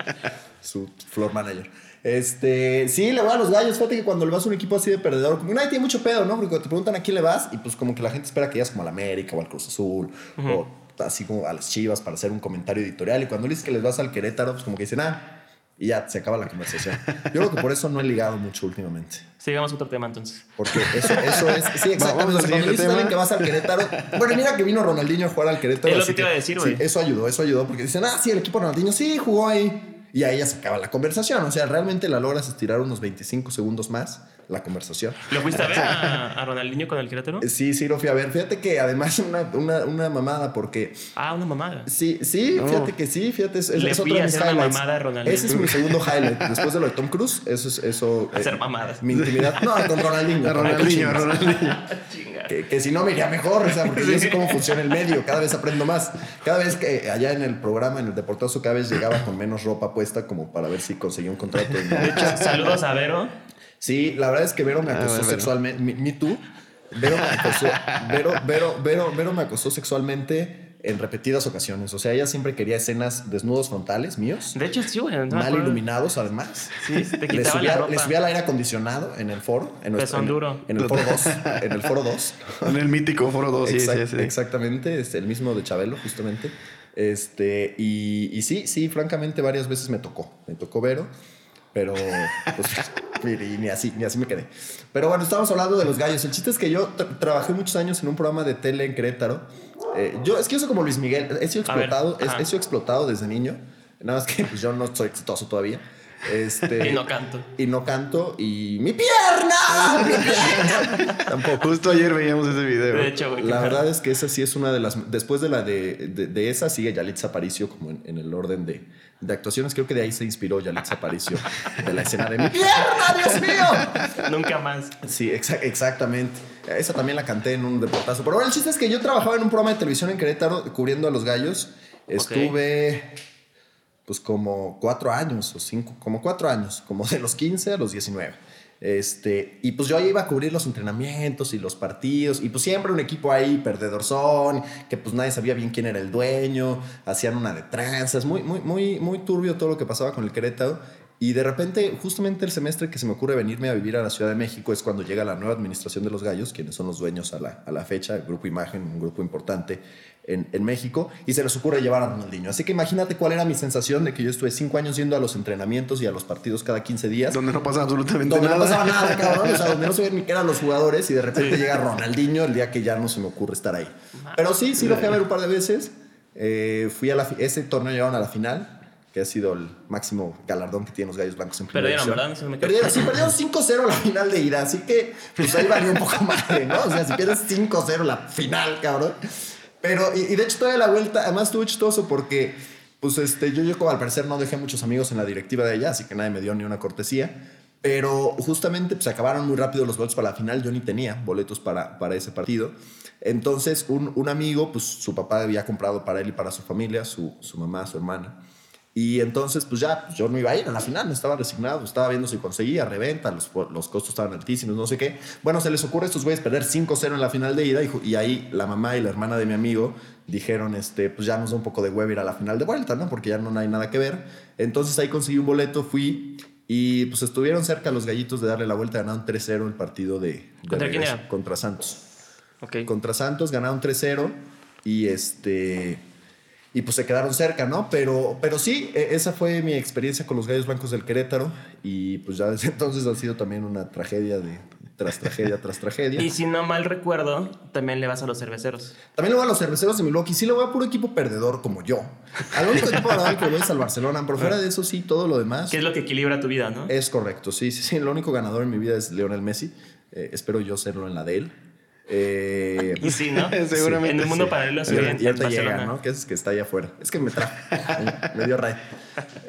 su floor manager. Este, sí, le voy a los gallos. Fíjate que cuando le vas a un equipo así de perdedor, como que nadie tiene mucho pedo, ¿no? Porque cuando te preguntan a quién le vas, y pues como que la gente espera que digas como al América o al Cruz Azul o así como a las chivas para hacer un comentario editorial. Y cuando le dices que les vas al Querétaro, pues como que dicen, ah, y ya se acaba la conversación. Yo creo que por eso no he ligado mucho últimamente.
Sigamos otro tema entonces.
Porque eso, eso es.
Vamos
Sí,
al
exactamente. Cuando
siguiente
dices a alguien
tema.
que vas al Querétaro. Bueno, mira que vino Ronaldinho a jugar al Querétaro.
Es lo
así
que te iba a decir, güey.
sí, eso ayudó, eso ayudó. Porque dicen, ah, sí, el equipo de Ronaldinho sí jugó ahí. Y ahí ya se acaba la conversación. O sea, realmente la logras estirar unos 25 segundos más la conversación.
¿Lo fuiste a ver a, a Ronaldinho con el Querétaro?
Eh, Sí, sí, lo fui a ver. Fíjate que además una, una, una mamada porque.
Ah, una mamada.
Sí, sí,
No.
fíjate que sí, fíjate, es, es,
Le
es
fui
otro de
a
mis
hacer una
highlights.
mamada a Ronaldinho.
Ese es mi segundo highlight. Después de lo de Tom Cruise, eso es
[LAUGHS]
eso. eh,
Hacer mamadas.
Mi intimidad. No, con Ronaldinho.
A
con Michael
Ronaldinho, a
Chivas.
Ronaldinho.
Chinga.
Que, que si no me iría mejor, o sea, porque yo sé cómo funciona el medio, cada vez aprendo más. Cada vez que eh, allá en el programa, en el deportazo, cada vez llegaba con menos ropa puesta como para ver si conseguía un contrato.
De hecho, saludos a Vero.
Sí, la verdad es que Vero me
Ah,
acosó
bueno, Vero.
sexualmente, me, me Too. Vero me acosó, Vero, Vero, Vero, Vero me acosó sexualmente en repetidas ocasiones. O sea, ella siempre quería escenas desnudos frontales míos,
De hecho, sí, güey. no me
mal
acuerdo.
iluminados además.
Sí, te quitaba
Le
la
subía, le
ropa.
subía el aire acondicionado en el foro, en nuestro,
Pezón
en-
duro.
en el foro 2, en el foro 2.
En el mítico Foro 2, sí,
Exact-
sí, sí.
Exactamente, es el mismo de Chabelo, justamente. Este, y, y sí, sí, francamente, varias veces me tocó. Me tocó Vero, pero pues, [LAUGHS] mire, y ni así, ni así me quedé. Pero bueno, estábamos hablando de los gallos. El chiste es que yo tra- trabajé muchos años en un programa de tele en Querétaro. Eh, yo, es que yo soy como Luis Miguel, he sido
A ver,
explotado, he-
ajá.
he sido explotado desde niño. Nada más que pues, yo no soy exitoso todavía.
[LAUGHS]
Este,
Y no canto.
y no canto. Y mi pierna. [LAUGHS]
[LAUGHS]
¡Mi pierna! Tampoco.
Justo ayer veíamos ese
De
video.
hecho, güey. [LAUGHS]
La
qué
verdad es que esa sí es una de las. Después de la de, de, de esa, sigue Yalitza Aparicio como en, en el orden de, de actuaciones. Creo que de ahí se inspiró Yalitza Aparicio de la escena de mi pierna, Dios mío.
mal. Nunca más.
Sí, exa- exactamente. Esa también la canté en un reportazo. Pero bueno, el chiste es que yo trabajaba en un programa de televisión en Querétaro cubriendo a los gallos. Estuve. Pues como cuatro años o cinco, como cuatro años, como de los 15 a los 19. Este, y pues yo iba a cubrir los entrenamientos y los partidos, y pues siempre un equipo ahí perdedorzón, que pues nadie sabía bien quién era el dueño, hacían una de tranzas, muy, muy, muy, muy turbio todo lo que pasaba con el Querétaro. Y de repente, justamente el semestre que se me ocurre venirme a vivir a la Ciudad de México es cuando llega la nueva administración de los gallos, quienes son los dueños a la, a la fecha, el Grupo Imagen, un grupo importante en, en México, y se les ocurre llevar a Ronaldinho. Así que imagínate cuál era mi sensación de que yo estuve cinco años yendo a los entrenamientos y a los partidos cada 15 días.
Donde no pasa absolutamente
Donde
nada.
no pasaba nada, [LAUGHS] cabrón. O sea, donde no sabía ni qué eran los jugadores y de repente llega Ronaldinho el día que ya no se me ocurre estar ahí. Pero sí, sí lo fui a ver un par de veces. Eh, fui a la fi- ese torneo llegaron a la final, que ha sido el máximo galardón que tienen los Gallos Blancos en primera
Perdieron,
división.
¿verdad? No se me quedó.
Perdieron, sí, perdieron 5-0 la final de ida, así que pues ahí valió un poco madre, ¿no? O sea, si pierdes 5-0 la final, cabrón. Pero, y, y de hecho todavía la vuelta, además estuvo chistoso porque, pues este, yo, yo como al parecer no dejé muchos amigos en la directiva de allá, así que nadie me dio ni una cortesía. Pero justamente pues acabaron muy rápido los boletos para la final, yo ni tenía boletos para, para ese partido. Entonces un, un amigo, pues su papá había comprado para él y para su familia, su, su mamá, su hermana. Y entonces, pues ya, pues, yo no iba a ir a la final, no estaba resignado, estaba viendo si conseguía, reventa, los, los costos estaban altísimos, no sé qué. Bueno, se les ocurre a estos güeyes perder 5-0 en la final de ida y, ju- y ahí la mamá y la hermana de mi amigo dijeron, este, pues ya nos da un poco de hueva ir a la final de vuelta, ¿no? Porque ya no hay nada que ver. Entonces ahí conseguí un boleto, fui y pues estuvieron cerca los gallitos de darle la vuelta, ganaron 3-0 el partido de... de
¿Contra quién
regreso,
era?
Contra Santos
Ok.
contra Santos, ganaron 3-0 y este y pues se quedaron cerca, ¿no? Pero, pero sí, e- esa fue mi [LAUGHS] experiencia con los Gallos Blancos del Querétaro y pues ya desde entonces ha sido también una tragedia de tras tragedia tras tragedia.
Y si no mal recuerdo, también le vas a los cerveceros.
También le voy a los cerveceros de Milwaukee. Sí le voy a puro equipo perdedor como yo. Al único equipo ganador que le voy es al Barcelona. Pero fuera de eso, sí, todo lo demás.
Que es lo que equilibra tu vida, ¿no?
Es correcto, sí, sí, sí. El único ganador en mi vida es Lionel Messi. Eh, espero yo serlo en la de él. Eh,
Y sí,
[LAUGHS]
¿no?
Seguramente
En un mundo
sí.
paralelo
ya-
sería en
ya te
Barcelona.
llega, ¿no? Que es que está allá afuera. Es que me trajo. me dio ray.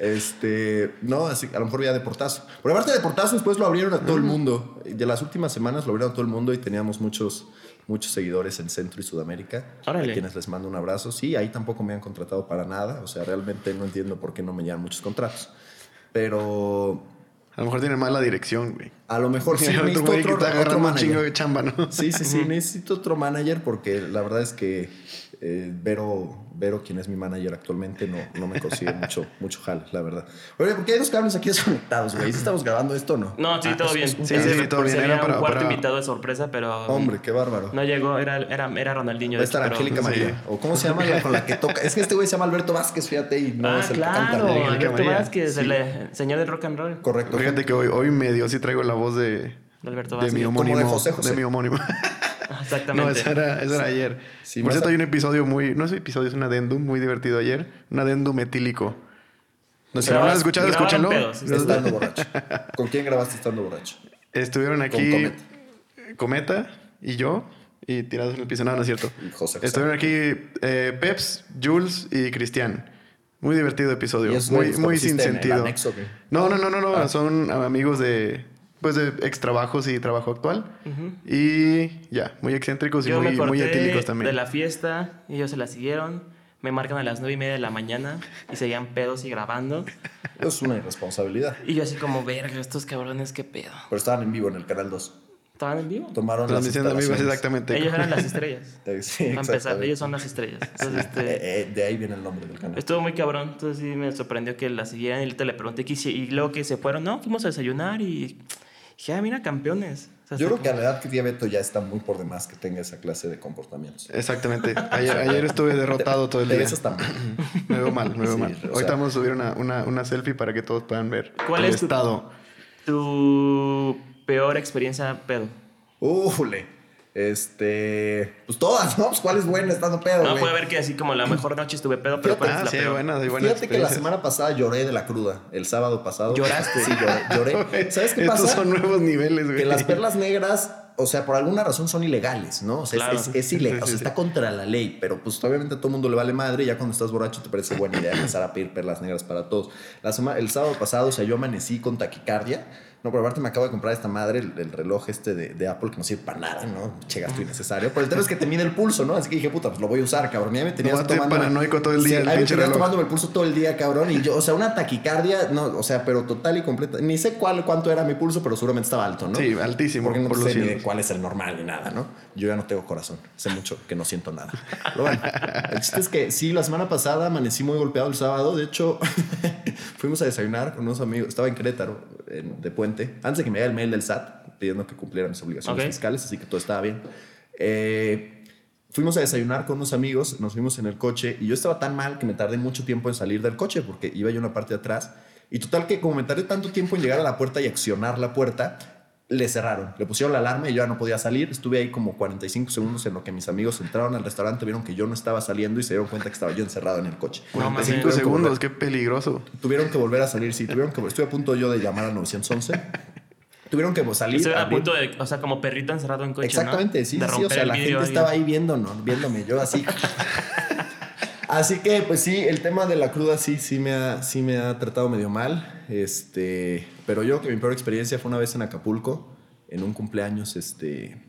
Este, no, así, a lo mejor ya de portazo. Pero aparte de portazo, después lo abrieron a todo el mundo. De las últimas semanas lo abrieron a todo el mundo y teníamos muchos, muchos seguidores en Centro y Sudamérica.
Órale.
A quienes les mando un abrazo. Sí, ahí tampoco me han contratado para nada. O sea, realmente no entiendo por qué no me llegan muchos contratos. Pero
A lo mejor tiene mala dirección, güey.
a lo mejor sí
Tiene [LAUGHS] otro
necesito
güey que
otro,
está
otro
agarrando un
manager.
chingo de chamba, ¿no?
Sí, sí, sí, necesito otro manager porque la verdad es que eh, Vero, Vero, quien es mi manager actualmente, no, no me consigue mucho, mucho jal, la verdad. Oye, ¿por qué hay dos cables aquí desconectados, güey? ¿Sí estamos grabando esto o no?
No, sí,
Ah,
todo
es-
bien.
es un
Sí,
Ese
sí,
me-
todo
por si
bien.
había
Era para-
un cuarto
para-
invitado de sorpresa, pero.
Hombre, qué bárbaro.
No llegó, era, era, era Ronaldinho.
Va a estar
pero-
Angélica María.
Sí.
¿O cómo se llama la con la que toca? Es que este güey se llama Alberto Vázquez, fíjate, y no
ah,
es el que canta.
claro,
Angélica
Alberto
María.
Vázquez, el eh, señor del rock and roll.
Correcto.
Fíjate que hoy, hoy medio sí traigo la voz de,
De Alberto
de
Vázquez.
mi
Como
homónimo.
de José José.
mi homónimo. [LAUGHS] no,
[LAUGHS] Exactamente.
esa era, esa era ayer.
Sí,
Por
más
cierto,
a-
hay un episodio muy. No es un episodio, es un adendum muy divertido ayer. Un adendum etílico. No, si no lo
Grabas-
has escuchado,
grabaron
escúchalo.
pedos.
Estando borracho. ¿Con quién grabaste estando borracho?
Estuvieron aquí
Cometa.
Cometa. y yo, y tirados en el piso. No, no es cierto.
Y José José.
Estuvieron aquí eh, Peps, Jules y Cristian. Muy divertido episodio.
Y esos
muy
güeyes
muy
conociste
sin
en el
sentido.
anexo, Ah. ¿o qué?
No, no, no, no, no. Son amigos de. Pues de ex trabajos y trabajo actual. Y ya, muy excéntricos y
Yo
muy,
me corté
muy etílicos también.
de la fiesta, ellos se la siguieron. Me marcan a las nueve y media de la mañana y seguían pedos y grabando.
Es una irresponsabilidad.
Y yo así como, verga, estos cabrones, qué pedo.
Pero estaban en vivo en el Canal 2.
Estaban en vivo.
Tomaron las
Transmisión de amigos,
instalaciones.
exactamente.
Ellos eran las estrellas.
Eh, [LAUGHS] Sí,
Para empezar,
exactamente.
ellos son las estrellas. Entonces, este,
[LAUGHS] Eh, eh, de ahí viene el nombre del canal.
Estuvo muy cabrón, entonces sí me sorprendió que la siguieran y te le pregunté qué hice- y luego que se fueron, no, fuimos a desayunar y dije, ah, mira, campeones. O sea,
Yo
está
creo que a la edad que tiene Beto ya está muy por demás que tenga esa clase de comportamientos.
[LAUGHS] Exactamente. Eh, Ayer, ayer estuve derrotado todo el
[LAUGHS] Te
día.
ves hasta mal.
[CLEARS THROAT] Me veo mal, me veo
Sí,
mal.
o sea-
Ahorita vamos a subir una, una, una selfie para que todos puedan ver
¿Cuál
el
es tu-
estado.
Tu peor experiencia pedo.
Ujule. Este. Pues todas, ¿no? Pues cuál es buena estando pedo,
No
güey?
puede ver que así como la mejor noche estuve pedo, pero ¿cuál
Ah,
es la
sí,
peor?
buenas, hay buenas
Fíjate que la
experiencias.
semana pasada lloré de la cruda. El sábado pasado.
Lloraste.
Sí,
[LAUGHS]
lloré. lloré. ¿Sabes qué
Estos
pasa?
son nuevos niveles, güey.
Que
[LAUGHS]
las perlas negras, o sea, por alguna razón son ilegales, ¿no? O sea, es-
Claro.
es, es ilegal, o
Sí, sí,
sea,
sí.
está contra la ley, pero pues obviamente a todo mundo le vale madre y ya cuando estás borracho te parece buena idea empezar a pedir perlas negras para todos. La sema- el sábado pasado, o sea, yo amanecí con taquicardia. No, por aparte me acabo de comprar esta madre, el, el reloj este de, de Apple que no sirve para nada, ¿no? Che gasto innecesario. Pero el tema es que te mide el pulso, ¿no? Así que dije, puta, pues lo voy a usar, cabrón. Ya me tenías
Nomás te paranoico todo el día,
Sí,
el
ahí me
pinche
tenías
reloj.
tomando me pulso todo el día, cabrón. Y yo, o sea, una taquicardia, no, o sea, pero total y completa. Ni sé cuál, cuánto era mi pulso, pero seguramente estaba alto, ¿no?
Sí, altísimo,
Porque no
por
sé
los
ni
cielos.
de cuál es el normal ni nada, ¿no? Yo ya no tengo corazón. Sé mucho que no siento nada. Pero bueno, el chiste es que sí, la semana pasada amanecí muy golpeado el sábado. De hecho, [LAUGHS] fuimos a desayunar con unos amigos. Estaba en Querétaro, en- de puente, antes de que me llegara el mail del SAT pidiendo que cumpliera mis obligaciones
Ok.
fiscales, así que todo estaba bien. Eh, Fuimos a desayunar con unos amigos, nos fuimos en el coche y yo estaba tan mal que me tardé mucho tiempo en salir del coche porque iba yo en la parte de atrás. Y total que como me tardé tanto tiempo en llegar a la puerta y accionar la puerta, le cerraron, le pusieron la alarma y yo ya no podía salir. Estuve ahí como 45 segundos en lo que mis amigos entraron al restaurante, vieron que yo no estaba saliendo y se dieron cuenta que estaba yo encerrado en el coche.
No mames.
45
Tuvieron que volver-
segundos, qué peligroso.
Tuvieron que volver a salir, sí, tuvieron que... Estuve a punto yo de llamar al 911. Tuvieron que salir.
Estuvieron a
abrir-
punto de, o sea, como perrito encerrado en coche,
Exactamente,
¿no?
sí,
De
sí, o
romper
sea,
el
la gente
vidrio y-
estaba ahí viéndonos, viéndome yo así. [LAUGHS] así que, pues sí, el tema de la cruda sí, sí me ha, sí me ha tratado medio mal. Este, pero yo creo que mi peor experiencia fue una vez en Acapulco, en un cumpleaños, este,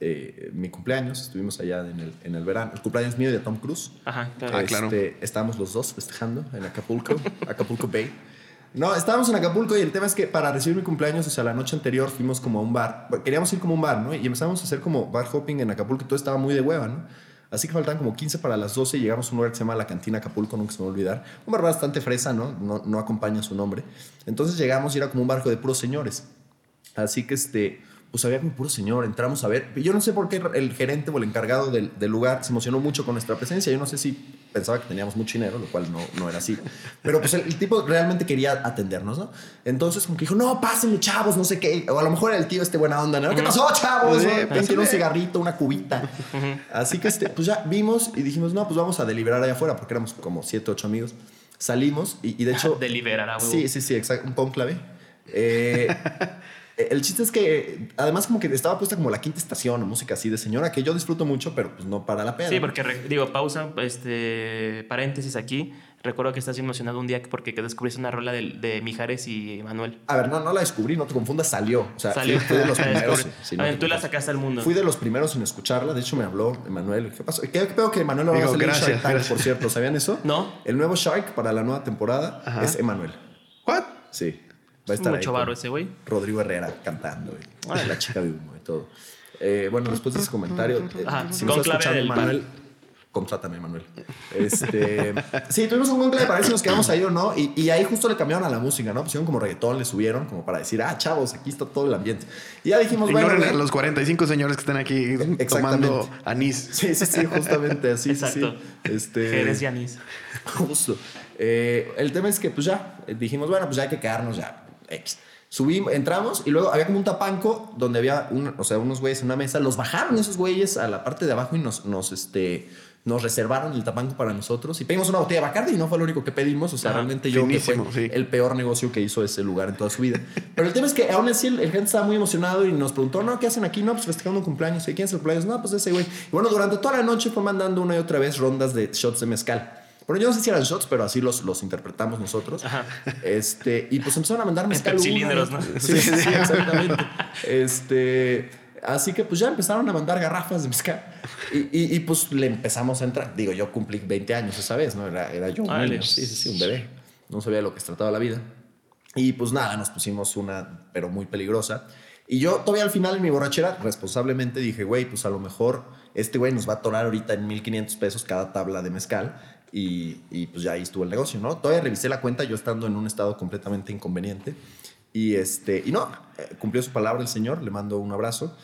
eh, mi cumpleaños, estuvimos allá en el, en el verano, el cumpleaños mío y de Tom Cruise.
Ajá, claro.
Ah, claro.
Este, estábamos los dos festejando en Acapulco, [LAUGHS] Acapulco Bay. No, estábamos en Acapulco y el tema es que para recibir mi cumpleaños, o sea, la noche anterior fuimos como a un bar. Queríamos ir como a un bar, ¿no? Y empezamos a hacer como bar hopping en Acapulco y todo estaba muy de hueva, ¿no? Así que faltaban como 15 para las 12 y llegamos a un lugar que se llama La Cantina Acapulco, nunca se me va a olvidar. Un bar bastante fresa, ¿no? No, no acompaña su nombre. Entonces llegamos y era como un barco de puros señores. Así que este, pues había como puro señor, entramos a ver. Yo no sé por qué el gerente o el encargado del, del lugar se emocionó mucho con nuestra presencia. Yo no sé si pensaba que teníamos mucho dinero, lo cual no, no era así. Pero pues el, el tipo realmente quería atendernos, ¿no? Entonces como que dijo, no, pásenme, chavos, no sé qué. O a lo mejor era el tío este buena onda, ¿no? ¿Qué pasó, chavos?
Sí,
¿No? Ven,
pásenme.
tiene un cigarrito, una cubita. Así que este, pues ya vimos y dijimos, no, pues vamos a deliberar allá afuera, porque éramos como siete, ocho amigos. Salimos y, y de hecho...
Deliberar a Ah, huevo.
Sí, sí, sí, exacto. Un conclave.
[LAUGHS]
Eh, el chiste es que, además, como que estaba puesta como la quinta estación o música así de señora, que yo disfruto mucho, pero pues no para la pena.
Sí, porque re- digo, pausa, este paréntesis aquí. Recuerdo que estás emocionado un día porque que descubriste una rola de, de Mijares y Manuel.
A ver, no, no la descubrí, no te confundas, salió. O sea,
Salió.
fui
[LAUGHS]
de los
La
primeros.
descubrí.
sí, no
A
te
ver, tú la
confundas.
sacaste al mundo.
Fui de los primeros en escucharla. De hecho, me habló Emanuel. ¿Qué pasó? ¿Qué, qué pedo que Emanuel ahora va a
Digo,
salir en
gracias,
Shark Tank,
gracias.
por cierto? ¿Sabían eso?
No.
El nuevo Shark para la nueva temporada
Ajá.
es Emanuel.
¿What?
Sí. Va a
Es
estar ahí
mucho
con-
varo ese güey.
Rodrigo Herrera cantando, güey. la chica de humo y todo. Eh, bueno, después de ese comentario, eh,
Ajá,
si me está
conclave
escuchando
del
Manuel, contrátame, Manuel. Este, [LAUGHS] sí, tuvimos un conclave para ver si nos quedamos ahí o no. Y, y ahí justo le cambiaron a la música, ¿no? Pusieron como reggaetón, le subieron como para decir, ah, chavos, aquí está todo el ambiente. Y ya dijimos, Pues bueno,
Ignoren a
güey.
los 45 señores que están aquí
Exactamente.
tomando anís.
Sí, sí, sí, justamente así. sí, sí.
Exacto.
Este,
Jerez y Anís.
[LAUGHS] Justo. Eh, el tema es que, pues ya, eh, dijimos, bueno, pues ya hay que quedarnos ya. X. Subimos, entramos y luego había como un tapanco donde había un- o sea, unos güeyes en una mesa. Los bajaron esos güeyes a la parte de abajo y nos, nos, este, nos reservaron el tapanco para nosotros. Y pedimos una botella de Bacardi y no fue lo único que pedimos. O sea,
Ajá,
realmente yo que fue
finísimo, sí.
el peor negocio que hizo ese lugar en toda su vida. Pero el tema es que aún así el, el gente estaba muy emocionado y nos preguntó, no, ¿qué hacen aquí? No, pues festejando un cumpleaños. ¿Y quién es el cumpleaños? No, pues ese güey. Y bueno, durante toda la noche fue mandando una y otra vez rondas de shots de mezcal. Bueno, yo no sé si eran shots, pero así los, los interpretamos nosotros.
Ajá.
Este, y pues empezaron a mandar mezcal. una,
cilindros, ¿no?
Sí,
[LAUGHS]
sí, sí, exactamente. Este, así que pues ya empezaron a mandar garrafas de mezcal. Y, y- y, pues le empezamos a entrar. Digo, yo cumplí 20 años esa vez, ¿no? Era, era yo un
Órale.
niño. Sí, sí, sí, un bebé. No sabía de lo que se trataba la vida. Y pues nada, nos pusimos una, pero muy peligrosa. Y yo todavía al final en mi borrachera, responsablemente dije, güey, pues a lo mejor este güey nos va a atorar ahorita en 1500 pesos cada tabla de mezcal. Y, y, pues ya ahí estuvo el negocio, ¿no? Todavía revisé la cuenta yo estando en un estado completamente inconveniente. Y este, y no, eh, cumplió su palabra el señor, le mando un abrazo.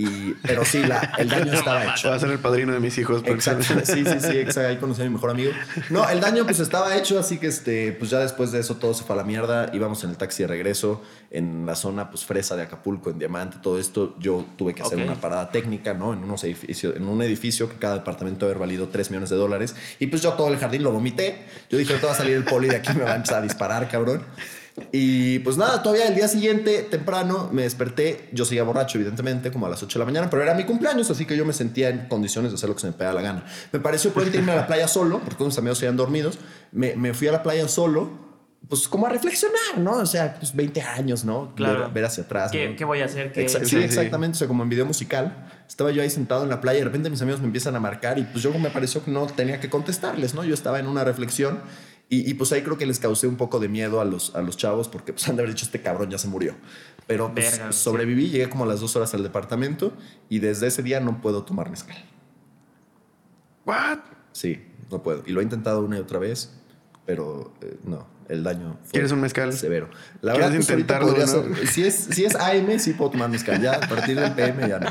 Y, pero sí, la- el daño estaba hecho.
Va a ser el padrino de mis hijos. porque-
Exacto, [LAUGHS] sí, sí, sí, exacto. Ahí conocí a mi mejor amigo. No, el daño pues estaba hecho, así que este, pues ya después de eso todo se fue a la mierda. Íbamos en el taxi de regreso en la zona pues fresa de Acapulco, en Diamante, todo esto. Yo tuve que hacer
Ok.
una parada técnica, ¿no? En unos edificios, en un edificio que cada departamento debe haber valido 3 millones de dólares. Y pues yo todo el jardín lo vomité. Yo dije, te va a salir el poli de aquí, me va a empezar a disparar, cabrón. Y pues nada, todavía el día siguiente, temprano, me desperté. Yo seguía borracho, evidentemente, como a las 8 de la mañana, pero era mi cumpleaños, así que yo me sentía en condiciones de hacer lo que se me pegara la gana. Me pareció prudente irme a la playa solo, porque unos amigos se habían dormidos. Me, me fui a la playa solo, pues como a reflexionar, ¿no? O sea, pues 20 años, ¿no?
Claro.
Ver, ver hacia atrás.
¿Qué,
¿no?
qué voy a hacer? ¿Qué-
Exact-
Sí,
sí,
sí.
exactamente. O sea, como en video musical, estaba yo ahí sentado en la playa y de repente mis amigos me empiezan a marcar y pues yo me pareció que no tenía que contestarles, ¿no? Yo estaba en una reflexión y, y, pues ahí creo que les causé un poco de miedo a los, a los chavos porque pues [LAUGHS] han de haber dicho, este cabrón ya se murió. Pero pues,
Verga, sí.
sobreviví, llegué como a las dos horas al departamento y desde ese día no puedo tomar mezcal.
[LAUGHS] What?
Sí, no puedo. Y lo he intentado una y otra vez, pero eh, no, el daño fue
¿Quieres un mezcal?
severo. La
¿Quieres
verdad, pues, ahorita
intentarlo,
podría
no?
ser- si, es, si es AM, sí puedo tomar mezcal. Ya, a partir del PM ya no.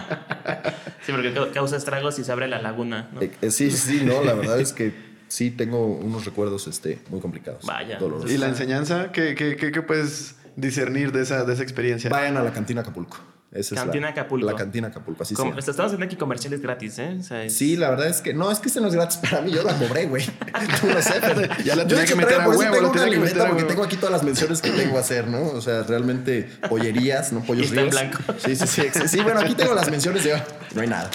Sí, porque ca- causa estragos y se abre la laguna. ¿no?
Eh, eh, sí, sí, no, la verdad es que sí tengo unos recuerdos este, muy complicados.
Vaya.
dolorosos.
¿Y la enseñanza? ¿Qué, qué, qué, qué puedes discernir de esa, de esa experiencia? [LAUGHS]
Vayan a la cantina Acapulco. Esa es
Cantina
la,
Acapulco.
La cantina Acapulco, así
Como-
se llama.
hasta Estamos haciendo aquí comerciales gratis, ¿eh? O sea, es-
Sí, la verdad es que no, es que este no es gratis para mí, yo la
[LAUGHS]
cobré, güey. Tú lo sé, pero
Ya la
yo
tenía
de
que
hecho
meter
traigo-
a
por eso
huevo,
tengo
la tenía
una
que meter
libreta
a
porque
huevo.
tengo aquí todas las menciones que tengo que hacer, ¿no? O sea, realmente pollerías, no pollos
Y está en
ríos.
blanco.
Sí, sí, sí, ex- sí, bueno, aquí tengo las menciones de no hay nada.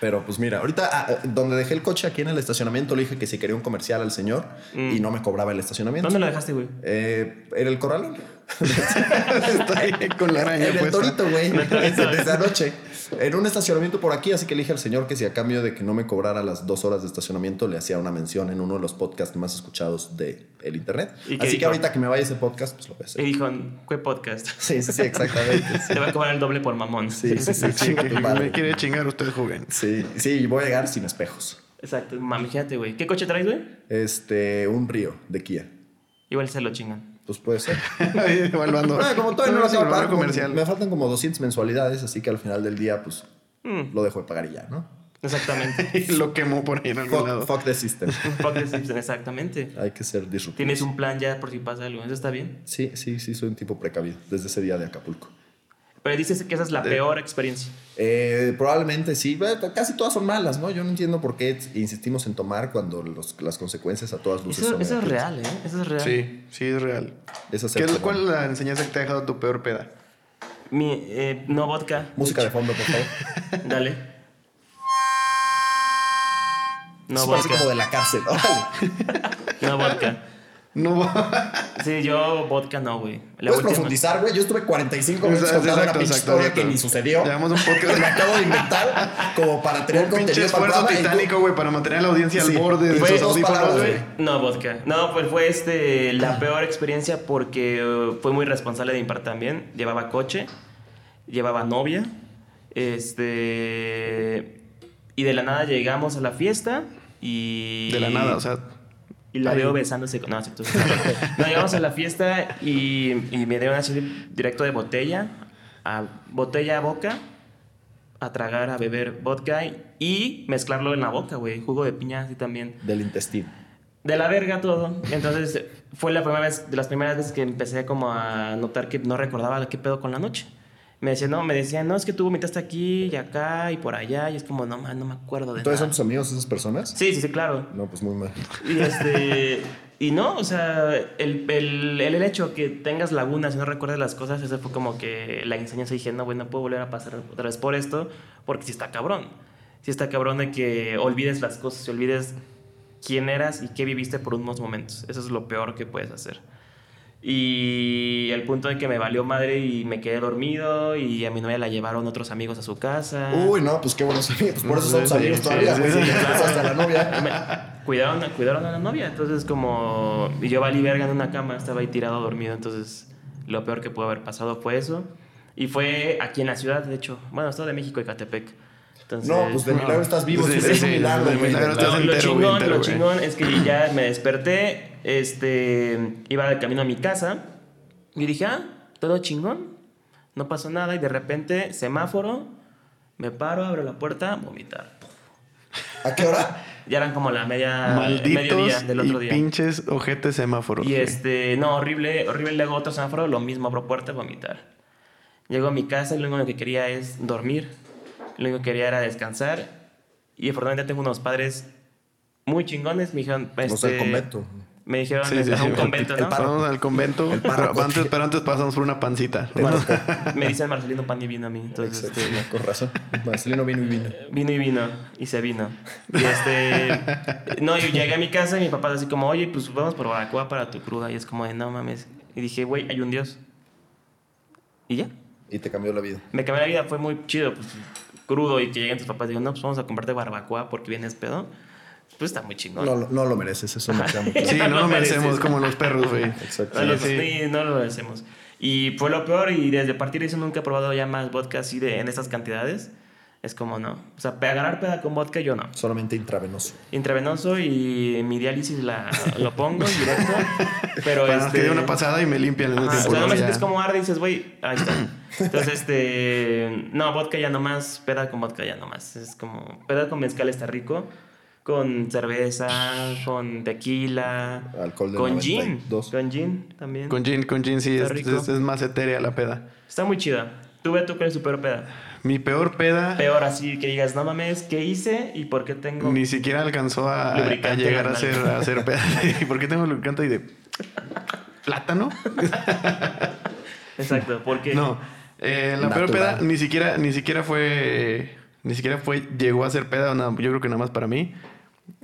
Pero pues mira, ahorita ah, eh, donde dejé el coche aquí en el estacionamiento le dije que si quería un comercial al señor y no me cobraba el estacionamiento.
Mm. ¿Dónde lo dejaste, güey?
Eh, en el corralón.
Está ahí con la araña
En el
puesta.
torito, güey.
En el torito.
[LAUGHS] Desde, desde anoche. En un estacionamiento por aquí, así que le dije al señor que si a cambio de que no me cobrara las dos horas de estacionamiento, le hacía una mención en uno de los podcasts más escuchados del el internet.
¿Y qué
Así que
dijo?
ahorita que me vaya ese podcast, pues lo voy a
Y
hacer.
dijo, ¿qué podcast? [LAUGHS]
Sí, sí, sí, exactamente.
Te va a cobrar el doble por mamón. [LAUGHS]
Sí, sí, sí.
Sí,
[LAUGHS] chinga
que
tu madre.
me quiere chingar usted,
[LAUGHS]
joven.
Sí, sí, y voy a llegar sin espejos.
Exacto. Mami, fíjate, güey. ¿Qué coche traes, güey?
Este, un río de Kia.
Igual se lo chingan.
Pues puede ser.
[LAUGHS] Ahí evaluando.
Ah, como todavía no lo
Sí,
acabo
valor
de pagar,
comercial.
me faltan como 200 mensualidades, así que al final del día, pues, lo dejo de pagar y ya, ¿no?
[LAUGHS] Exactamente.
[LAUGHS] Y lo quemó por ahí en algún
Fuck,
lado.
fuck the system.
Fuck the system, exactamente.
Hay que ser disruptivo.
Tienes un plan ya por si pasa algo. Eso está bien.
Sí, sí, sí, soy un tipo precavido desde ese día de Acapulco.
Pero dices que esa es la peor experiencia.
Eh, probablemente sí, eh, casi todas son malas, ¿no? Yo no entiendo por qué insistimos en tomar cuando los- las consecuencias a todas luces
Eso,
son.
eso es
negativas.
real, ¿eh? Eso es real.
Sí, sí, es real.
Pues Es hacer
¿Qué es,
como-
¿Cuál es la enseñanza que te ha dejado tu peor peda?
Mi, eh, no
[LAUGHS]
vodka.
Música de fondo,
[LAUGHS]
por favor.
Dale. No
Eso parece
vodka.
como de la cárcel. Órale.
No vodka.
No va.
Sí, yo vodka no, güey. La
Puedes
última.
profundizar, güey. Yo estuve 45 minutos
Exacto,
contando una
exacto,
pinche
exacto,
historia
exacto.
que ni sucedió.
Llevamos un
[LAUGHS]
podcast.
Que me acabo de inventar como para tener
Un pinche
contenido para el
esfuerzo
programa y tú-
titánico, güey, para mantener a la audiencia
Sí.
al borde de
Fue-
sus
dos palabras,
audífonos, güey.
güey.
No, vodka. No, pues fue
[CLEARS THROAT]
este, la peor experiencia porque eh, fue muy responsable de mi parte también. Llevaba coche, llevaba novia. Este. Y de la nada llegamos a la fiesta y.
De la nada, o sea.
Y la
Ay.
veo besándose con... No, es cierto. [LAUGHS] No, llegamos a la fiesta y, y me dieron así directo de botella, a botella a boca, a tragar, a beber vodka y, y mezclarlo en la boca, güey. Jugo de piña así también.
Del intestino.
De la verga todo. Entonces fue la primera vez, de las primeras veces que empecé como a notar que no recordaba qué pedo con la noche. Me decían, no, me decían, no, es que tú vomitaste aquí y acá y por allá. Y es como, no, man, no me acuerdo de
¿Entonces son
Pues nada.
tus amigos esas personas?
Sí, sí, sí, claro.
No, pues muy mal.
Y este. Y no, o sea, el, el, el hecho que tengas lagunas y no recuerdes las cosas, eso fue como que la enseñanza dije, no, güey, no puedo volver a pasar otra vez por esto, porque si está cabrón. Si está cabrón de que olvides las cosas, y olvides quién eras y qué viviste por unos momentos. Eso es lo peor que puedes hacer. Y el punto en que me valió madre y me quedé dormido y a mi novia la llevaron otros amigos a su casa.
Uy, no, pues qué buenos amigos. Por eso somos
Sí,
amigos
sí,
todavía,
sí,
güey.
sí,
si
sí,
ya
claro.
estás hasta la novia.
[LAUGHS]
Me- cuidaron, cuidaron a la novia. Entonces, como y yo valí verga en una cama, estaba ahí tirado dormido. Entonces, lo peor que pudo haber pasado fue eso. Y fue aquí en la ciudad, de hecho. Bueno, Estado de México y Catepec. Entonces,
No, pues de
no.
milagro estás vivo.
Sí,
sí,
sí,
es un
sí,
milagro,
de
güey.
milagro estás
lo, lo
entero, güey,
chingón,
entero,
lo
güey.
chingón es que ya me desperté, este, iba de camino a mi casa y dije, ah, todo chingón, no pasó nada y de repente semáforo, me paro, abro la puerta, vomitar.
¿A qué hora?
Ya eran como la media, mediodía
Malditos
del otro
y
día.
pinches ojetes semáforos.
Y
güey.
este, no, horrible, horrible. Luego otro semáforo, lo mismo, abro puerta, vomitar. Llego a mi casa y lo único que quería es dormir. Lo único que quería era descansar. Y afortunadamente tengo unos padres muy chingones. Me dijeron,
O sea,
este,
el convento.
Me dijeron,
Sí, sí,
"Ah,
sí,
un
el-
convento,
el
¿no?
Pasamos al convento, pero
párroco.
antes, pero antes pasamos por una
[LAUGHS]
pancita.
me dicen Marcelino Pan y vino a mí. Entonces,
Exacto,
este,
no, con razón. Marcelino vino y vino.
Vino y vino, y se vino. Y este. no, yo llegué a mi casa y mi papá así como, oye, pues vamos por Baracoa para tu cruda. Y es como de, no mames. Y dije, güey, hay un Dios. Y ya.
Y te cambió la vida.
Me cambió la vida, fue muy chido, pues crudo. Y que lleguen tus papás y digo, no, pues vamos a comprarte barbacoa porque vienes pedo. Pues está muy chingón.
No, lo- no lo mereces, eso me llama.
[LAUGHS]
Sí, no
No
lo
mereces.
merecemos como los perros, güey.
Exacto.
No lo,
Sí, sí.
sí, no lo hacemos. Y fue lo peor y desde a partir de eso nunca he probado ya más vodka así de, en estas cantidades. Es como no. O sea, pe- agarrar peda con vodka yo no.
Solamente intravenoso.
intravenoso y mi diálisis la, lo pongo
[LAUGHS]
en directo. pero
Para que
este,
dé una pasada y me limpian en el
ajá, o
tiempo.
sea, nada
¿no?
más
Ya.
sientes como arde y dices, güey,
[CLEARS THROAT]
ahí está. Entonces, este. No, vodka ya nomás, peda con vodka ya nomás. Es como. Peda con mezcal está rico. Con cerveza, con tequila.
Alcohol del
Con gin.
92.
Con gin también.
Con gin, con gin sí, es,
Está rico.
es- es más etérea la peda.
Está muy chida. Tú ve tú cuál es tu peor peda.
Mi peor peda
Peor así que digas, no mames, ¿qué hice y por qué tengo.
ni siquiera alcanzó a,
Lubricante,
a llegar a
carnal.
ser, a ser peda.
[LAUGHS]
¿Y por qué tengo lubricante y de plátano?
Exacto, porque.
No, eh, la peor
Natural.
peda ni siquiera, ni siquiera fue, ni siquiera fue, llegó a ser peda, nada- yo creo que nada más para mí.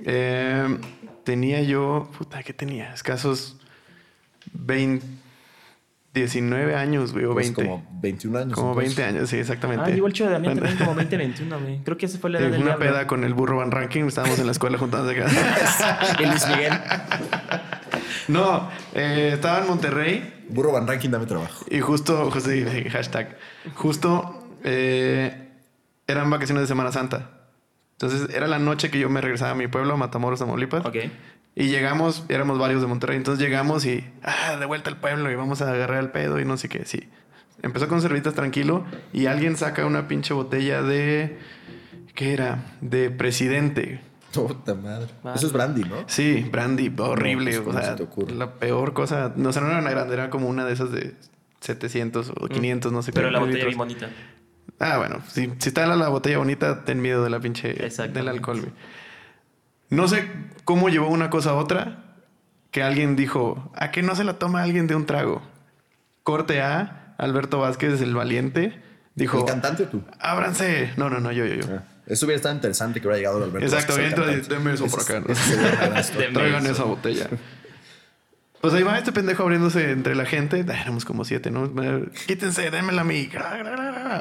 Eh, tenía yo, puta, ¿qué tenía? Escasos 20, 19 años, güey, o
Pues
20.
como 21 años.
como
entonces.
20 años, sí, exactamente.
Ah, llegó el chido de Damián
Bueno,
también como 2021, güey. Creo que esa fue la edad
eh,
del
una
diablo.
peda con el burro Van Ranking, estábamos en la escuela juntándose acá. [LAUGHS]
[LAUGHS]
Y Luis Miguel.
No, eh, estaba en Monterrey
Burro Van Ranking, dame trabajo. [LAUGHS]
Y justo, justo sí, sí, [LAUGHS] hashtag, justo eh, eran vacaciones de Semana Santa. Entonces era la noche que yo me regresaba a mi pueblo, Matamoros, Tamaulipas.
Ok.
Y llegamos, éramos varios de Monterrey, entonces llegamos y, ah, de vuelta al pueblo y vamos a agarrar el pedo y no sé qué, sí. Empezó con cervitas tranquilo y alguien saca una pinche botella de, ¿qué era? De presidente.
Puta madre.
Madre.
Eso es brandy, ¿no?
Sí, brandy, horrible,
No, pues,
o
¿cómo
sea,
se te ocurre?
la peor cosa, no, o sea, no era una grande, era como una de esas de 700
Mm.
o 500, no sé
Pero
qué
la botella
mililitros.
bien bonita.
Ah, bueno, si, si está la, la botella bonita, ten miedo de la pinche
Exactamente.
del alcohol, güey. No sé cómo llevó una cosa a otra, que alguien dijo, ¿a qué no se la toma alguien de un trago? Corte A, Alberto Vázquez, el valiente, dijo,
¿El cantante Ah. o tú?
ábranse. No, no, no, yo, yo, yo.
Eso hubiera estado interesante que hubiera llegado el Alberto.
Ah. Exacto,
Vázquez, el
bien,
cantante.
denme eso por
Ese-
acá, ¿no?
ese sería una gran historia.
Denme
Traigan
eso.
esa botella. Pues ahí va este pendejo abriéndose entre la gente. Ah, Éramos como siete, ¿no? Eh, Quítense, démela a mí.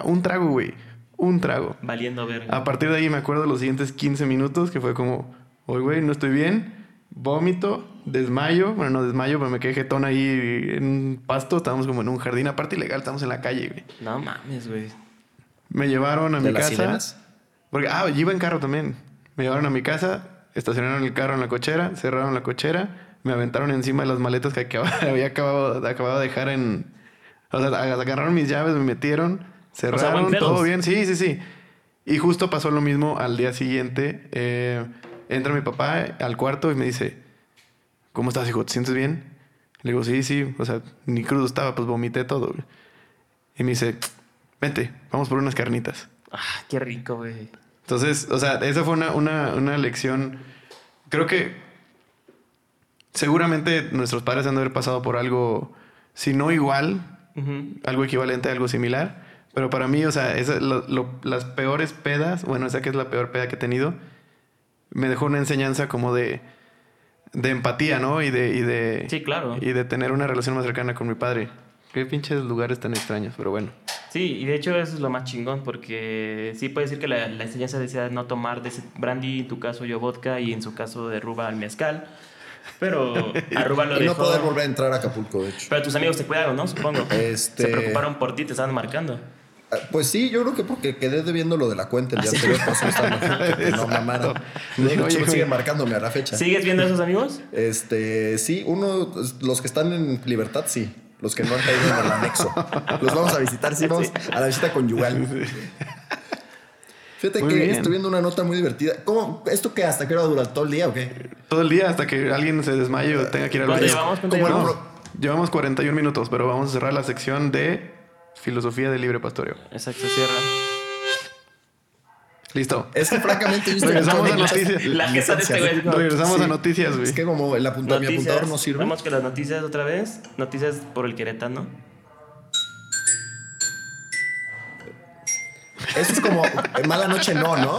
Un trago, güey. Un trago.
Valiendo verga.
A partir de ahí me acuerdo los siguientes 15 minutos que fue como, hoy güey, no estoy bien, vómito, desmayo, bueno, no desmayo, pero me quedé jetón ahí en un pasto, estábamos como en un jardín, aparte ilegal, estábamos en la calle, güey.
No mames, güey.
Me llevaron a
¿De
mi
las
casa.
sirenas?
Porque, ah, yo iba en carro también. Me llevaron a mi casa, estacionaron el carro en la cochera, cerraron la cochera, me aventaron encima de las maletas que acababa- [LAUGHS] había acabado, acabado de dejar en... O sea, agarraron mis llaves, me metieron, cerraron,
buen pedos.
todo bien, sí, sí, sí. Y justo pasó lo mismo al día siguiente. Eh, entra mi papá al cuarto y me dice, ¿cómo estás, hijo? ¿Te sientes bien? Le digo, sí, sí, o sea, ni crudo estaba, pues vomité todo. güey". Y me dice, vente, vamos por unas carnitas.
Ah, qué rico, güey.
Entonces, o sea, esa fue una, una, una lección. Creo que seguramente nuestros padres han de haber pasado por algo, si no igual,
Ujú.
algo equivalente, algo similar. Pero para mí, o sea, esa- lo- lo- las peores pedas, bueno, esa que es la peor peda que he tenido, me dejó una enseñanza como de, de empatía, ¿no? Y de, y de,
Sí, claro.
y de tener una relación más cercana con mi padre. Qué pinches lugares tan extraños, pero bueno.
Sí, y de hecho eso es lo más chingón, porque sí puede decir que la, la enseñanza decía no tomar de ese brandy, en tu caso yo vodka, y en su caso de Ruba al mezcal. Pero a Ruba lo
Y
dejó.
no poder volver a entrar a Acapulco, de hecho.
Pero tus amigos te cuidaron, ¿no? Supongo.
Este-
Se preocuparon por ti, te estaban marcando.
Ah, Pues sí, yo creo que porque quedé debiendo lo de la cuenta
Ah,
el día anterior, por eso me estaba
[LAUGHS]
marcando que no mamaron. De hecho,
Oye,
me
güey.
siguen marcándome a la fecha.
¿Sigues viendo a esos amigos?
Este, sí, uno, pues, los que están en libertad, sí. Los que no han caído en
[LAUGHS]
el anexo. Los vamos a visitar, sí, vamos a la visita conyugal. Fíjate
Muy
que
bien.
estoy viendo una nota muy divertida. ¿Cómo? ¿Esto qué? ¿Hasta qué hora dura? ¿Todo el día o qué?
Todo el día hasta que alguien se desmaye o tenga que ir al
¿Cuánto
baño.
llevamos? ¿Cuánto
Como el
llevamos?
No,
pro-
llevamos 41 minutos, pero vamos a cerrar la sección de filosofía del libre pastoreo.
Exacto, cierra.
Listo.
Es que francamente... yo estoy
Regresamos
con
a
muchas-
noticias.
La que sale este güey. es como-
Regresamos
Sí.
a noticias, güey.
Es que como el apunta- mi
Noticias.
apuntador no sirve.
Vamos con las noticias otra vez. Noticias por el queretano.
Eso es como eh, Mala Noche No, ¿no?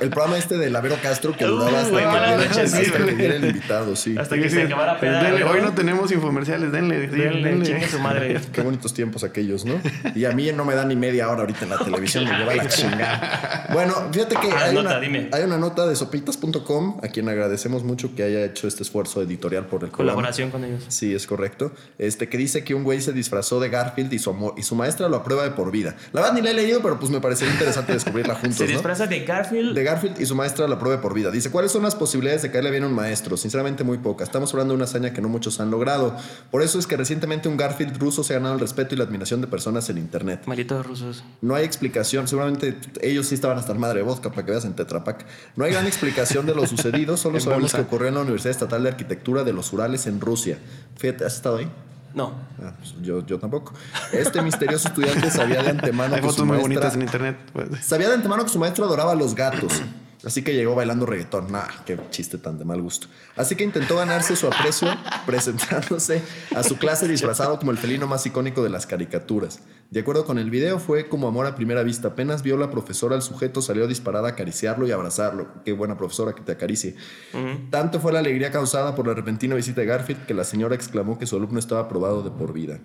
El programa este de Lavero Castro que duraba hasta,
Uh, güey,
que,
Mala
viera-
Noche,
hasta
sí,
que
güey.
viera el invitado, sí.
Hasta que se acabara
Pero
peda.
Eh, denle,
¿no?
hoy no tenemos infomerciales, denle. sí,
Denle,
denle.
chingue su madre.
[LAUGHS] Qué bonitos tiempos aquellos, ¿no? Y a mí no me da ni media hora ahorita en la televisión, me lleva la chingada. Bueno, fíjate que
Ah,
hay,
nota,
una,
dime.
hay una nota de sopitas.com a quien agradecemos mucho que haya hecho este esfuerzo editorial por el programa.
Colaboración con ellos.
Sí, es correcto. Este que dice que un güey se disfrazó de Garfield y su, amo- y su maestra lo aprueba de por vida. La verdad ni la he leído, pero pues me parecería interesante descubrirla juntos.
Se
¿no?
disfraza de Garfield.
de Garfield y su maestra la prueba por vida. Dice, ¿cuáles son las posibilidades de caerle bien a un maestro? Sinceramente muy pocas. Estamos hablando de una hazaña que no muchos han logrado. Por eso es que recientemente un Garfield ruso se ha ganado el respeto y la admiración de personas en Internet.
Malditos rusos.
No hay explicación, seguramente ellos sí estaban hasta el madre de vodka para que veas en Tetra Pak. No hay gran explicación de lo sucedido,
[LAUGHS]
solo
En
sabemos
bolsa.
que ocurrió en la Universidad Estatal de Arquitectura de los Urales en Rusia. Fíjate, ¿has estado ahí?
No.
Ah, pues yo, yo tampoco. Este misterioso estudiante sabía de
[LAUGHS]
antemano
Hay
que su
fotos muy
maestra-
bonitas en internet. [LAUGHS] pues.
Sabía de antemano que su maestro adoraba a los gatos. Así que llegó bailando reggaetón. Nah, qué chiste tan de mal gusto. Así que intentó ganarse su aprecio presentándose a su clase disfrazado como el felino más icónico de las caricaturas. De acuerdo con el video, fue como amor a primera vista. Apenas vio la profesora al sujeto, salió disparada a acariciarlo y abrazarlo. Qué buena profesora que te acaricie. Tanto fue la alegría causada por la repentina visita de Garfield que la señora exclamó que su alumno estaba aprobado de por vida.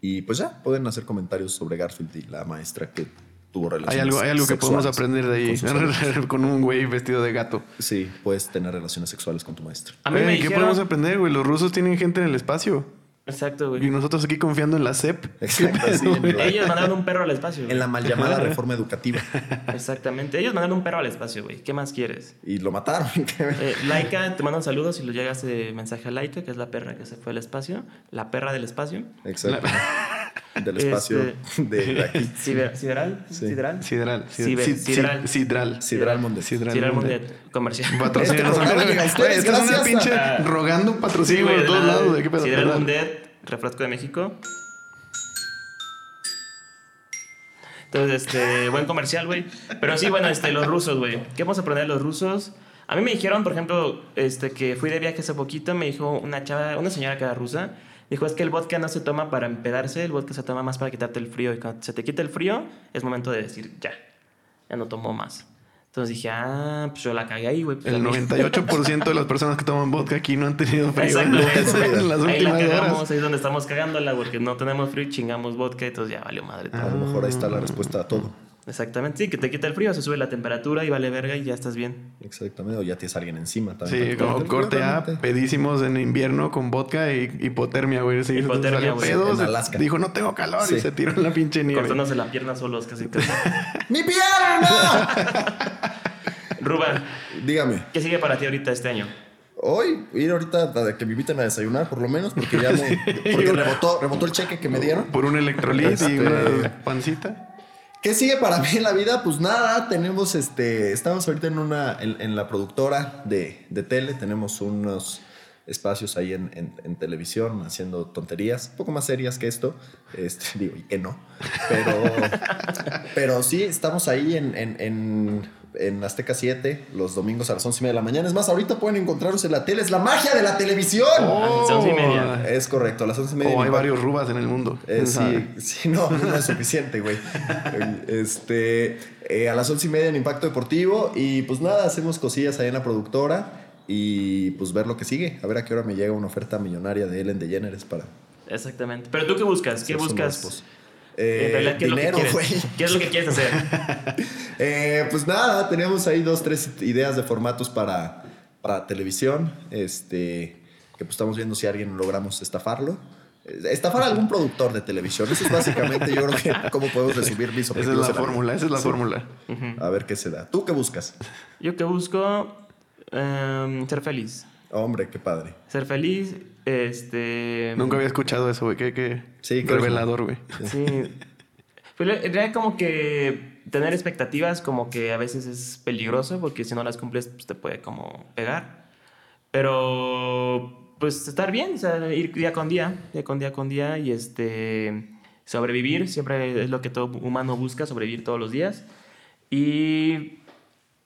Y pues ya, pueden hacer comentarios sobre Garfield y la maestra que tuvo relaciones
Hay algo, hay algo que podemos
sexuales
aprender de
con
ahí. [LAUGHS]
sus alumnos.
Con un güey vestido de gato.
Sí, puedes tener relaciones sexuales con tu maestro.
A mí
Oye,
me
¿Qué
dijeron-
podemos aprender, güey? Los rusos tienen gente en el espacio.
Exacto,
Y
güey.
nosotros aquí confiando en la E CEP.
Exacto,
pues, [LAUGHS]
sí, en, la,
Ellos mandaron un perro al espacio. güey.
en la mal llamada reforma educativa.
Exactamente. Ellos mandaron un perro al espacio, güey. ¿Qué más quieres?
Y lo mataron. [LAUGHS]
Eh, Laika, te mandan saludos y le llega ese mensaje a Laika, que es la perra que se fue al espacio. La perra del espacio.
Exacto. Del espacio
Este.
de, de aquí.
Ciber- Sideral.
Sí.
Sideral.
Sidral.
Ciber- sidral.
Sidral. Sidral.
Sidral Mondes.
Sidral.
Sideral
Mundet.
Mundet, Comercial.
Patrocínanos.
Este programa
Güey,
llega a ustedes
Esta es una
gracias
pinche
a-
rogando un
Ah. Sí,
patrocinio
güey.
por
de
todos
nada.
lados. Pues güey, ¿Qué pedo?
Sideral
Perdón.
Mundet, refresco de México. Entonces, este, buen comercial, güey. Pero sí, bueno, este, los rusos, güey. ¿Qué vamos a aprender de los rusos? A mí me dijeron, por ejemplo, este, que fui de viaje hace poquito, me dijo una chava, una señora que era rusa, dijo, es que el vodka no se toma para empedarse, el vodka se toma más para quitarte el frío. Y cuando se te quita el frío, es momento de decir, ya, ya no tomo más. Entonces dije, ah, pues yo la cagué ahí, güey. Pues
El
a mí-
98% de las personas que toman vodka aquí no han
[LAUGHS]
tenido frío en [LAUGHS] E
Exactamente.
en las
ahí la
últimas
cagamos,
horas.
ahí es donde estamos cagándola, porque no tenemos frío y chingamos vodka, entonces ya valió madre
Ah.
todo.
A lo mejor ahí está la respuesta a todo.
Exactamente, sí, que te quita el frío, se sube la temperatura y vale verga y ya estás bien.
Exactamente. O ya tienes a alguien encima también.
Sí, como corte A, pedísimos en invierno con vodka y hipotermia, güey. Sí,
Hipotermia,
salió
güey,
pedo,
en
se-
Alaska.
Dijo, no tengo calor y
Sí.
se tiró en la pinche nieve.
Cortándose las piernas solos casi.
[LAUGHS]
casi.
¡Mi pierna!
Rubén,
[LAUGHS] Dígame.
¿qué sigue para ti ahorita este año?
Hoy ir ahorita a que me inviten a desayunar, por lo menos, porque ya me. [LAUGHS] Porque rebotó, rebotó el cheque que me dieron.
Por un electrolit y
Este-
una pancita.
¿Qué sigue para [LAUGHS] mí en la vida? Pues nada, tenemos este. Estamos ahorita en una. en, en la productora de, de tele. Tenemos unos espacios ahí en, en- en televisión haciendo tonterías, un poco más serias que esto. Este, [LAUGHS] digo, y que no. Pero. pero sí, estamos ahí en. en- en- en Azteca 7, los domingos a las 11 y media de la mañana. Es más, ahorita pueden encontrarnos en la tele. Es la magia de la televisión.
Oh.
Ah, son once y media.
Es correcto, a las 11 y Eh, media.
O Oh, hay
en-
varios rubas en el mundo.
eh, sí,
Ajá.
sí, no, no es suficiente, güey. Este, eh, a las once y media en Impacto Deportivo y pues nada, hacemos cosillas ahí en la productora y pues ver lo que sigue. A ver a qué hora me llega una oferta millonaria de Ellen DeGeneres para...
Exactamente. Pero tú qué buscas? ¿Qué
hacer su nuevo
buscas?
pues,
esposo.
En
Eh,
realidad, ¿qué es
dinero,
lo que quieres?
güey.
¿Qué es lo que
[LAUGHS]
quieres hacer?
Eh, pues nada, teníamos ahí dos, tres ideas de formatos para, para televisión. Este, que pues estamos viendo si alguien logramos estafarlo. Eh, Estafar a algún productor de televisión. Eso es básicamente, yo creo
[LAUGHS]
que, cómo podemos resumir mis
Esa es
objetivos.
la
en vida.
fórmula, esa es la fórmula.
A ver qué se da. ¿Tú qué buscas?
Yo que busco em, ser feliz.
Hombre, qué padre.
Ser feliz, este...
Nunca había escuchado eso, güey. Qué, qué
Sí, claro.
revelador, güey.
Sí. Pero en realidad como que tener expectativas como que a veces es peligroso porque si no las cumples pues te puede como pegar. Pero pues estar bien, o sea, ir día con día, día con día con día y este sobrevivir, siempre es lo que todo humano busca, sobrevivir todos los días y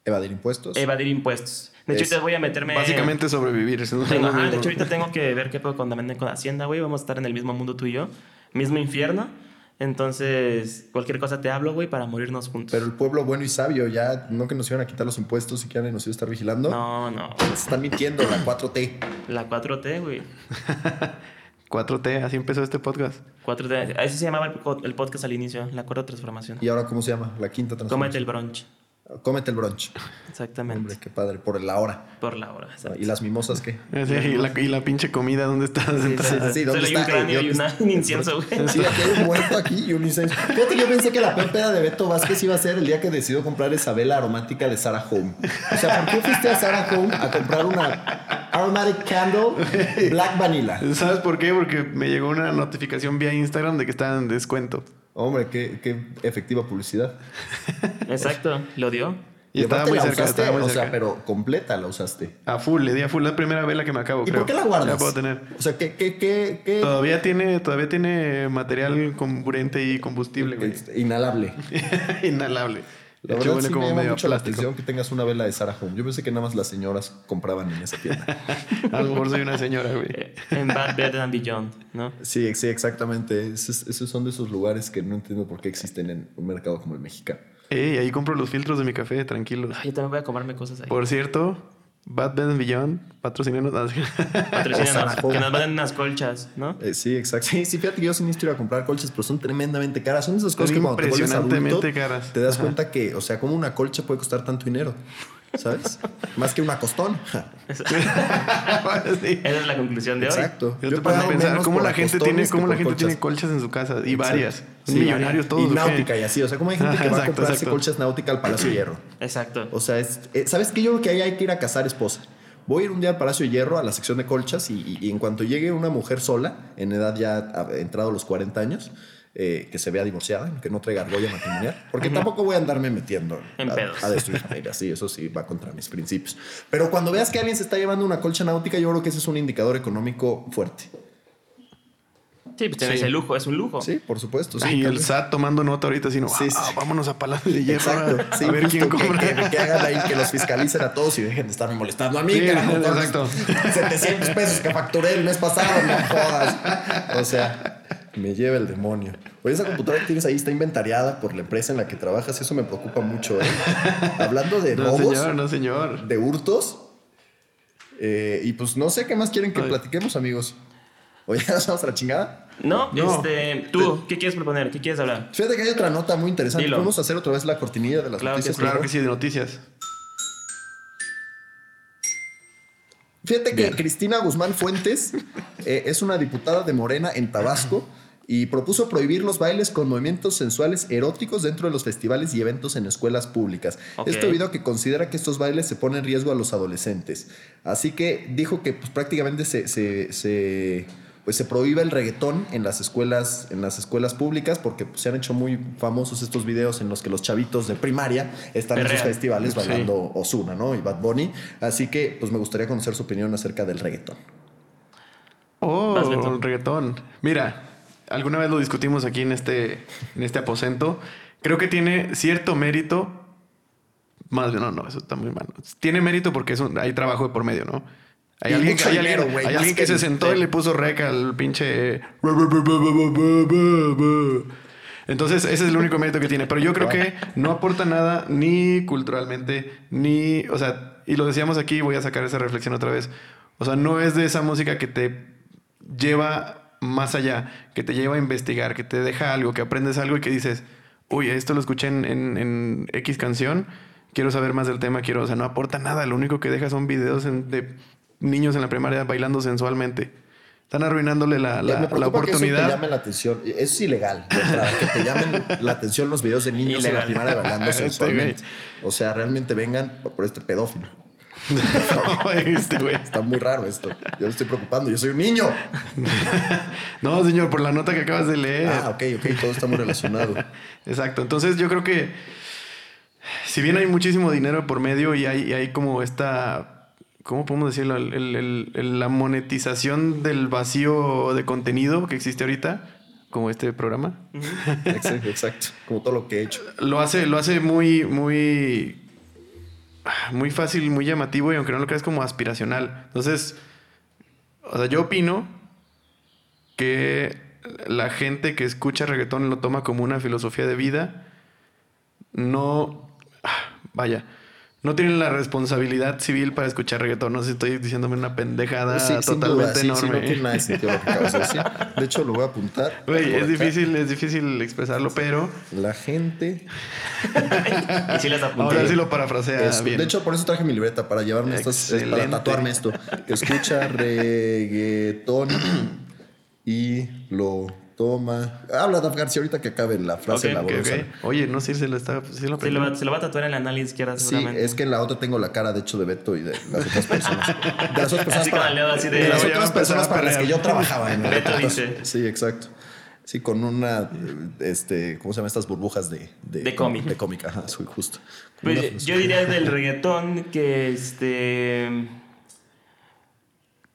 Evadir impuestos.
evadir impuestos. De hecho,
Pues, Es-
ahorita voy a meterme
Básicamente sobrevivir. eso es
tengo-
lo
ajá, de
mismo.
hecho, ahorita tengo que ver qué puedo con, también con Hacienda, güey. Vamos a estar en el mismo mundo tú y yo. Mismo infierno. Entonces, cualquier cosa te hablo, güey, para morirnos juntos.
Pero el pueblo bueno y sabio ya no que nos iban a quitar los impuestos y que ahora nos iban a estar vigilando.
No, no.
Se está mintiendo la 4T.
La 4T, güey.
4T, así empezó este podcast.
4T. Así se llamaba el, po- el podcast al inicio, la cuarta transformación.
¿Y ahora cómo se llama? La quinta
Cómete
transformación.
el brunch.
Cómete el brunch. Hombre,
Exactamente.
qué padre. Por la hora.
Por la hora. exacto.
¿Y las mimosas qué?
Sí, [LAUGHS] y, la, y la pinche comida, ¿dónde está?
Sí, sí, sí.
[LAUGHS] sí,
Solo
¿dónde
hay un
está?
cráneo y
Yo- [LAUGHS]
una- un incienso, güey.
Sí, aquí hay un muerto aquí y un incendio. Fíjate que yo pensé que la peor peda de Beto Vázquez iba a ser el día que decidió comprar esa vela aromática de Sarah Home. O sea, ¿por qué fuiste a Sarah Home a comprar una aromatic candle black vanilla?
¿Sabes por qué? Porque me llegó una notificación vía Instagram de que estaban en descuento.
Hombre, qué, qué efectiva publicidad.
Exacto. Lo dio.
Y estaba
aparte
muy
la
cerca,
usaste,
estaba muy
o sea,
cerca.
pero completa la usaste.
A full, le di a full la primera vela que me acabo,
¿Y
creo.
por qué la guardas?
La puedo tener.
O sea, ¿qué, qué, qué, qué?
Todavía tiene, todavía tiene material comburente y combustible, [LAUGHS] güey.
Este, Inhalable.
Inhalable.
La
De hecho,
verdad
huele
sí
como
me llama
medio a
mucho la
plástico.
atención que tengas una vela de Sarah Home. Yo pensé que nada más las señoras compraban en esa tienda.
A lo mejor soy una señora, güey.
[LAUGHS]
Eh, En Bad Bed and Beyond, ¿no?
Sí, sí, exactamente. Esos, esos son de esos lugares que no entiendo por qué existen en un mercado como el mexicano.
Ey, ahí compro los filtros de mi café, tranquilos.
Ay, yo también voy a comerme cosas ahí.
Por cierto, Bad Bed Beyond, [LAUGHS] patrocinanos.
Patrocínanos,
Ojalá.
que nos manden unas colchas, ¿no?
Eh, sí, exacto. Sí, sí, fíjate que yo sí necesito ir a comprar colchas, pero son tremendamente caras. Son esas cosas
Son
que cuando te vuelves
impresionantemente
adulto,
caras.
te das cuenta que, o sea, como una colcha puede costar tanto dinero. ¿Sabes? Más que un acostón.
[LAUGHS] Sí.
Esa es la conclusión de
Exacto.
Yo te
pago
pasa a pensar
menos
cómo
por
la gente
acostones
tiene,
que
cómo la
por
gente
colchas.
tiene colchas en su casa y varias.
Sí,
millonarios todos.
Y
¿o qué?
náutica y así. O sea, como hay gente
Ah,
que va a
exacto,
comprarse
exacto.
colchas náutica al Palacio de Hierro.
hoy. Exacto.
O sea, es, eh, ¿sabes qué? Yo creo que ahí hay que ir a cazar esposa. Voy a ir un día al Palacio de Hierro a la sección de colchas y, y- y en cuanto llegue una mujer sola, en edad ya ah, entrado a los 40 años, eh, que se vea divorciada, que no traiga argolla matrimonial, porque tampoco voy a andarme metiendo
En
a,
pedos.
a destruir familias. Sí, eso sí va contra mis principios. Pero cuando veas que alguien se está llevando una colcha náutica, yo creo que ese es un indicador económico fuerte.
Sí, pues tienes
Sí.
el lujo, es un lujo.
Sí, por supuesto. sí,
y
tal
Pues, el
vez.
SAT tomando nota ahorita, sino,
Sí, sí.
"Ah, vámonos a Palacio de Hierro
Exacto.
[LAUGHS] a-
Sí,
a ver quién
justo que-
compra.
Que, que hagan ahí, que los fiscalicen a todos y dejen de estarme molestando a mí.
Sí,
carajo, con los
exacto.
700 pesos que facturé el mes pasado,
[LAUGHS]
no jodas. O sea, me lleva el demonio. Oye, esa computadora que tienes ahí está inventariada por la empresa en la que trabajas. Eso me preocupa mucho. ¿eh? Hablando
[LAUGHS]
de
No,
robos,
señor, no, señor.
de hurtos. eh, y pues no sé qué más quieren que
Ay.
platiquemos, amigos. Oye, [LAUGHS] ¿ya nos vamos a la chingada?
No,
No.
este, tú, ¿qué quieres proponer? ¿Qué quieres hablar?
Fíjate que hay otra nota muy interesante.
Dilo.
Vamos a hacer otra vez la cortinilla de las
Claro que
noticias.
sí.
Claro que sí, de noticias.
Fíjate que Cristina Guzmán Fuentes eh, es una diputada de Morena en Tabasco y propuso prohibir los bailes con movimientos sensuales eróticos dentro de los festivales y eventos en escuelas públicas.
Ok.
Esto debido a que considera que estos bailes se ponen en riesgo a los adolescentes. Así que dijo que pues, prácticamente se, se- se- pues, se prohíbe el reggaetón en las escuelas, en las escuelas públicas porque pues, se han hecho muy famosos estos videos en los que los chavitos de primaria están en
Perrean.
sus festivales
Sí.
bailando Osuna, ¿no? Y Bad Bunny. Así que, pues me gustaría conocer su opinión acerca del reggaetón.
Oh,
Vas, Beto.
el reggaetón. Mira, alguna vez lo discutimos aquí en este, en este aposento. Creo que tiene cierto mérito. Más bien, no, no, eso está muy mal. Tiene mérito porque es un- hay trabajo de por medio, ¿no? Hay
Y
alguien, que-
mucho
hay
dinero,
alguien-
güey,
hay
más
alguien que,
que
se
el-
sentó y le puso rec al pinche. Entonces, ese es el único mérito que tiene. Pero yo creo que no aporta nada ni culturalmente, ni. O sea, y lo decíamos aquí, voy a sacar esa reflexión otra vez. O sea, no es de esa música que te lleva más allá, que te lleva a investigar, que te deja algo, que aprendes algo y que dices, uy, esto lo escuché en, en- en X canción, quiero saber más del tema, quiero, o sea, no aporta nada, lo único que deja son videos en- de niños en la primaria bailando sensualmente. Están arruinándole la, la-
Ya, me
la
preocupa que eso
oportunidad.
te llame la atención. Es ilegal, de entrada, que te llamen la atención los videos de niños en
Ilegal.
la primaria
[LAUGHS]
bailando
Este
sensualmente. O sea, realmente vengan por, por este pedófilo.
[LAUGHS] No, este güey.
Está muy raro esto. Yo me estoy preocupando. Yo soy un niño.
No, señor, por la nota que acabas de leer.
Ah, ok, ok. Todo está muy relacionado.
[LAUGHS] Exacto. Entonces yo creo que si bien hay muchísimo dinero por medio y hay, y hay como esta, ¿cómo podemos decirlo? El- el- el- el- la monetización del vacío de contenido que existe ahorita, como este programa,
Exacto, exacto. Como todo lo que he hecho.
lo hace, lo hace muy, muy, muy fácil, muy llamativo y aunque no lo creas como aspiracional. Entonces, o sea, yo opino que la gente que escucha reggaetón lo toma como una filosofía de vida. No, ah, vaya, no tienen la responsabilidad civil para escuchar reggaetón. No sé si estoy diciéndome una pendejada
Sí, sin duda,
Ah, totalmente
sí, sí, no
enorme.
tiene nada de sentido lo que acabas de decir. De hecho, lo voy a apuntar.
Güey,
por
es
acá.
difícil, es difícil expresarlo, pero
La gente
Y
[LAUGHS]
si las apunté.
ahora sí lo parafrasea
Es-
Ah, bien.
Este, de hecho, por eso traje mi libreta, para llevarme estas, es para
Excelente.
tatuarme esto. Escucha reggaetón y lo toma. Habla Daf García ahorita que acabe la frase
Ok,
Ok,
ok.
laborosa.
Oye, no sé si se lo está. Sí, lo
Se lo,
aprendió.
va, se lo va a tatuar en la nariz izquierda
Sí,
seguramente.
es que en la otra tengo la cara, de hecho, de Beto y de las otras personas. De las otras personas
Así con
para,
el dedo así de-
de las
Ya va a
otras
empezar
personas
a
para las que
pelear.
yo trabajaba. En la
Beto
otra.
dice.
Sí, exacto. Sí, con una, este, ¿cómo se llaman estas burbujas de...
De cómic.
De cómic, ajá, sí, justo. Como
Pues,
una-
yo diría del reggaetón que este.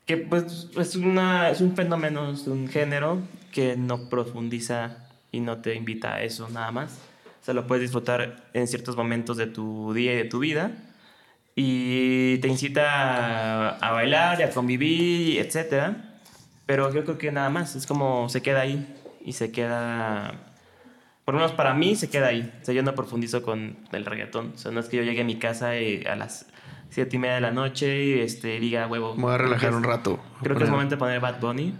Que pues es, una, es un fenómeno, es un género que no profundiza y no te invita a eso nada más. O sea, lo puedes disfrutar en ciertos momentos de tu día y de tu vida. Y te incita a, a bailar y a convivir, etc. Pero yo creo que nada más, es como se queda ahí y se queda por lo menos para mí se queda ahí. O sea, yo no profundizo con el reggaetón. O sea, no es que yo llegue a mi casa y a las siete y media de la noche y este, diga, huevo.
Me voy a relajar un rato.
Creo que es momento de poner
[LAUGHS]
Bad Bunny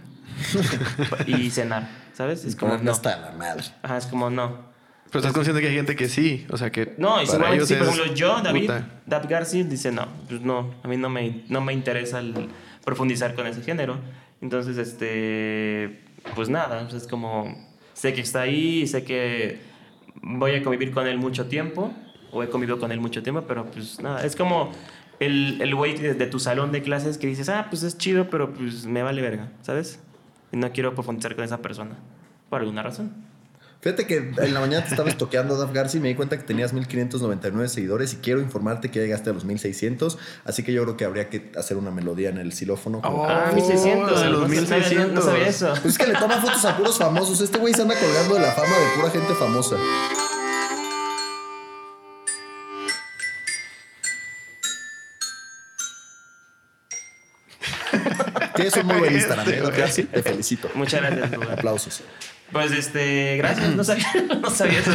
y cenar, ¿sabes? Es como,
Ponerme
no.
hasta la madre.
Ajá, es como, no.
Pero estás consciente que hay gente que sí, o sea que.
No,
para
y seguramente
ellos
sí, por
es
ejemplo, yo, David,
puta.
David Garci, dice, no, pues no, a mí no me, no me interesa el profundizar con ese género. Entonces, este, pues nada, o sea, es como, sé que está ahí, sé que voy a convivir con él mucho tiempo, o he convivido con él mucho tiempo, pero pues nada, es como el el güey de, de tu salón de clases que dices, ah, pues es chido, pero pues me vale verga, ¿sabes? Y no quiero profundizar con esa persona, por alguna razón.
Fíjate que en la mañana te estabas toqueando, Daf Garci, y me di cuenta que tenías 1599 seguidores y quiero informarte que ya llegaste a los 1600, así que yo creo que habría que hacer una melodía en el xilófono. como-
Oh,
Ah, 1600.
de los
no sabía- no-
1600.
No sabía eso.
Pues es que le toma fotos a puros famosos. Este güey se anda colgando de la fama de pura gente famosa. Tienes un muy buen Instagram,
Este
¿eh,
güey.
Garci? Te felicito.
Muchas
[LAUGHS]
gracias. Duda.
Aplausos.
Pues este, gracias, no sabía, [LAUGHS] no sabía eso.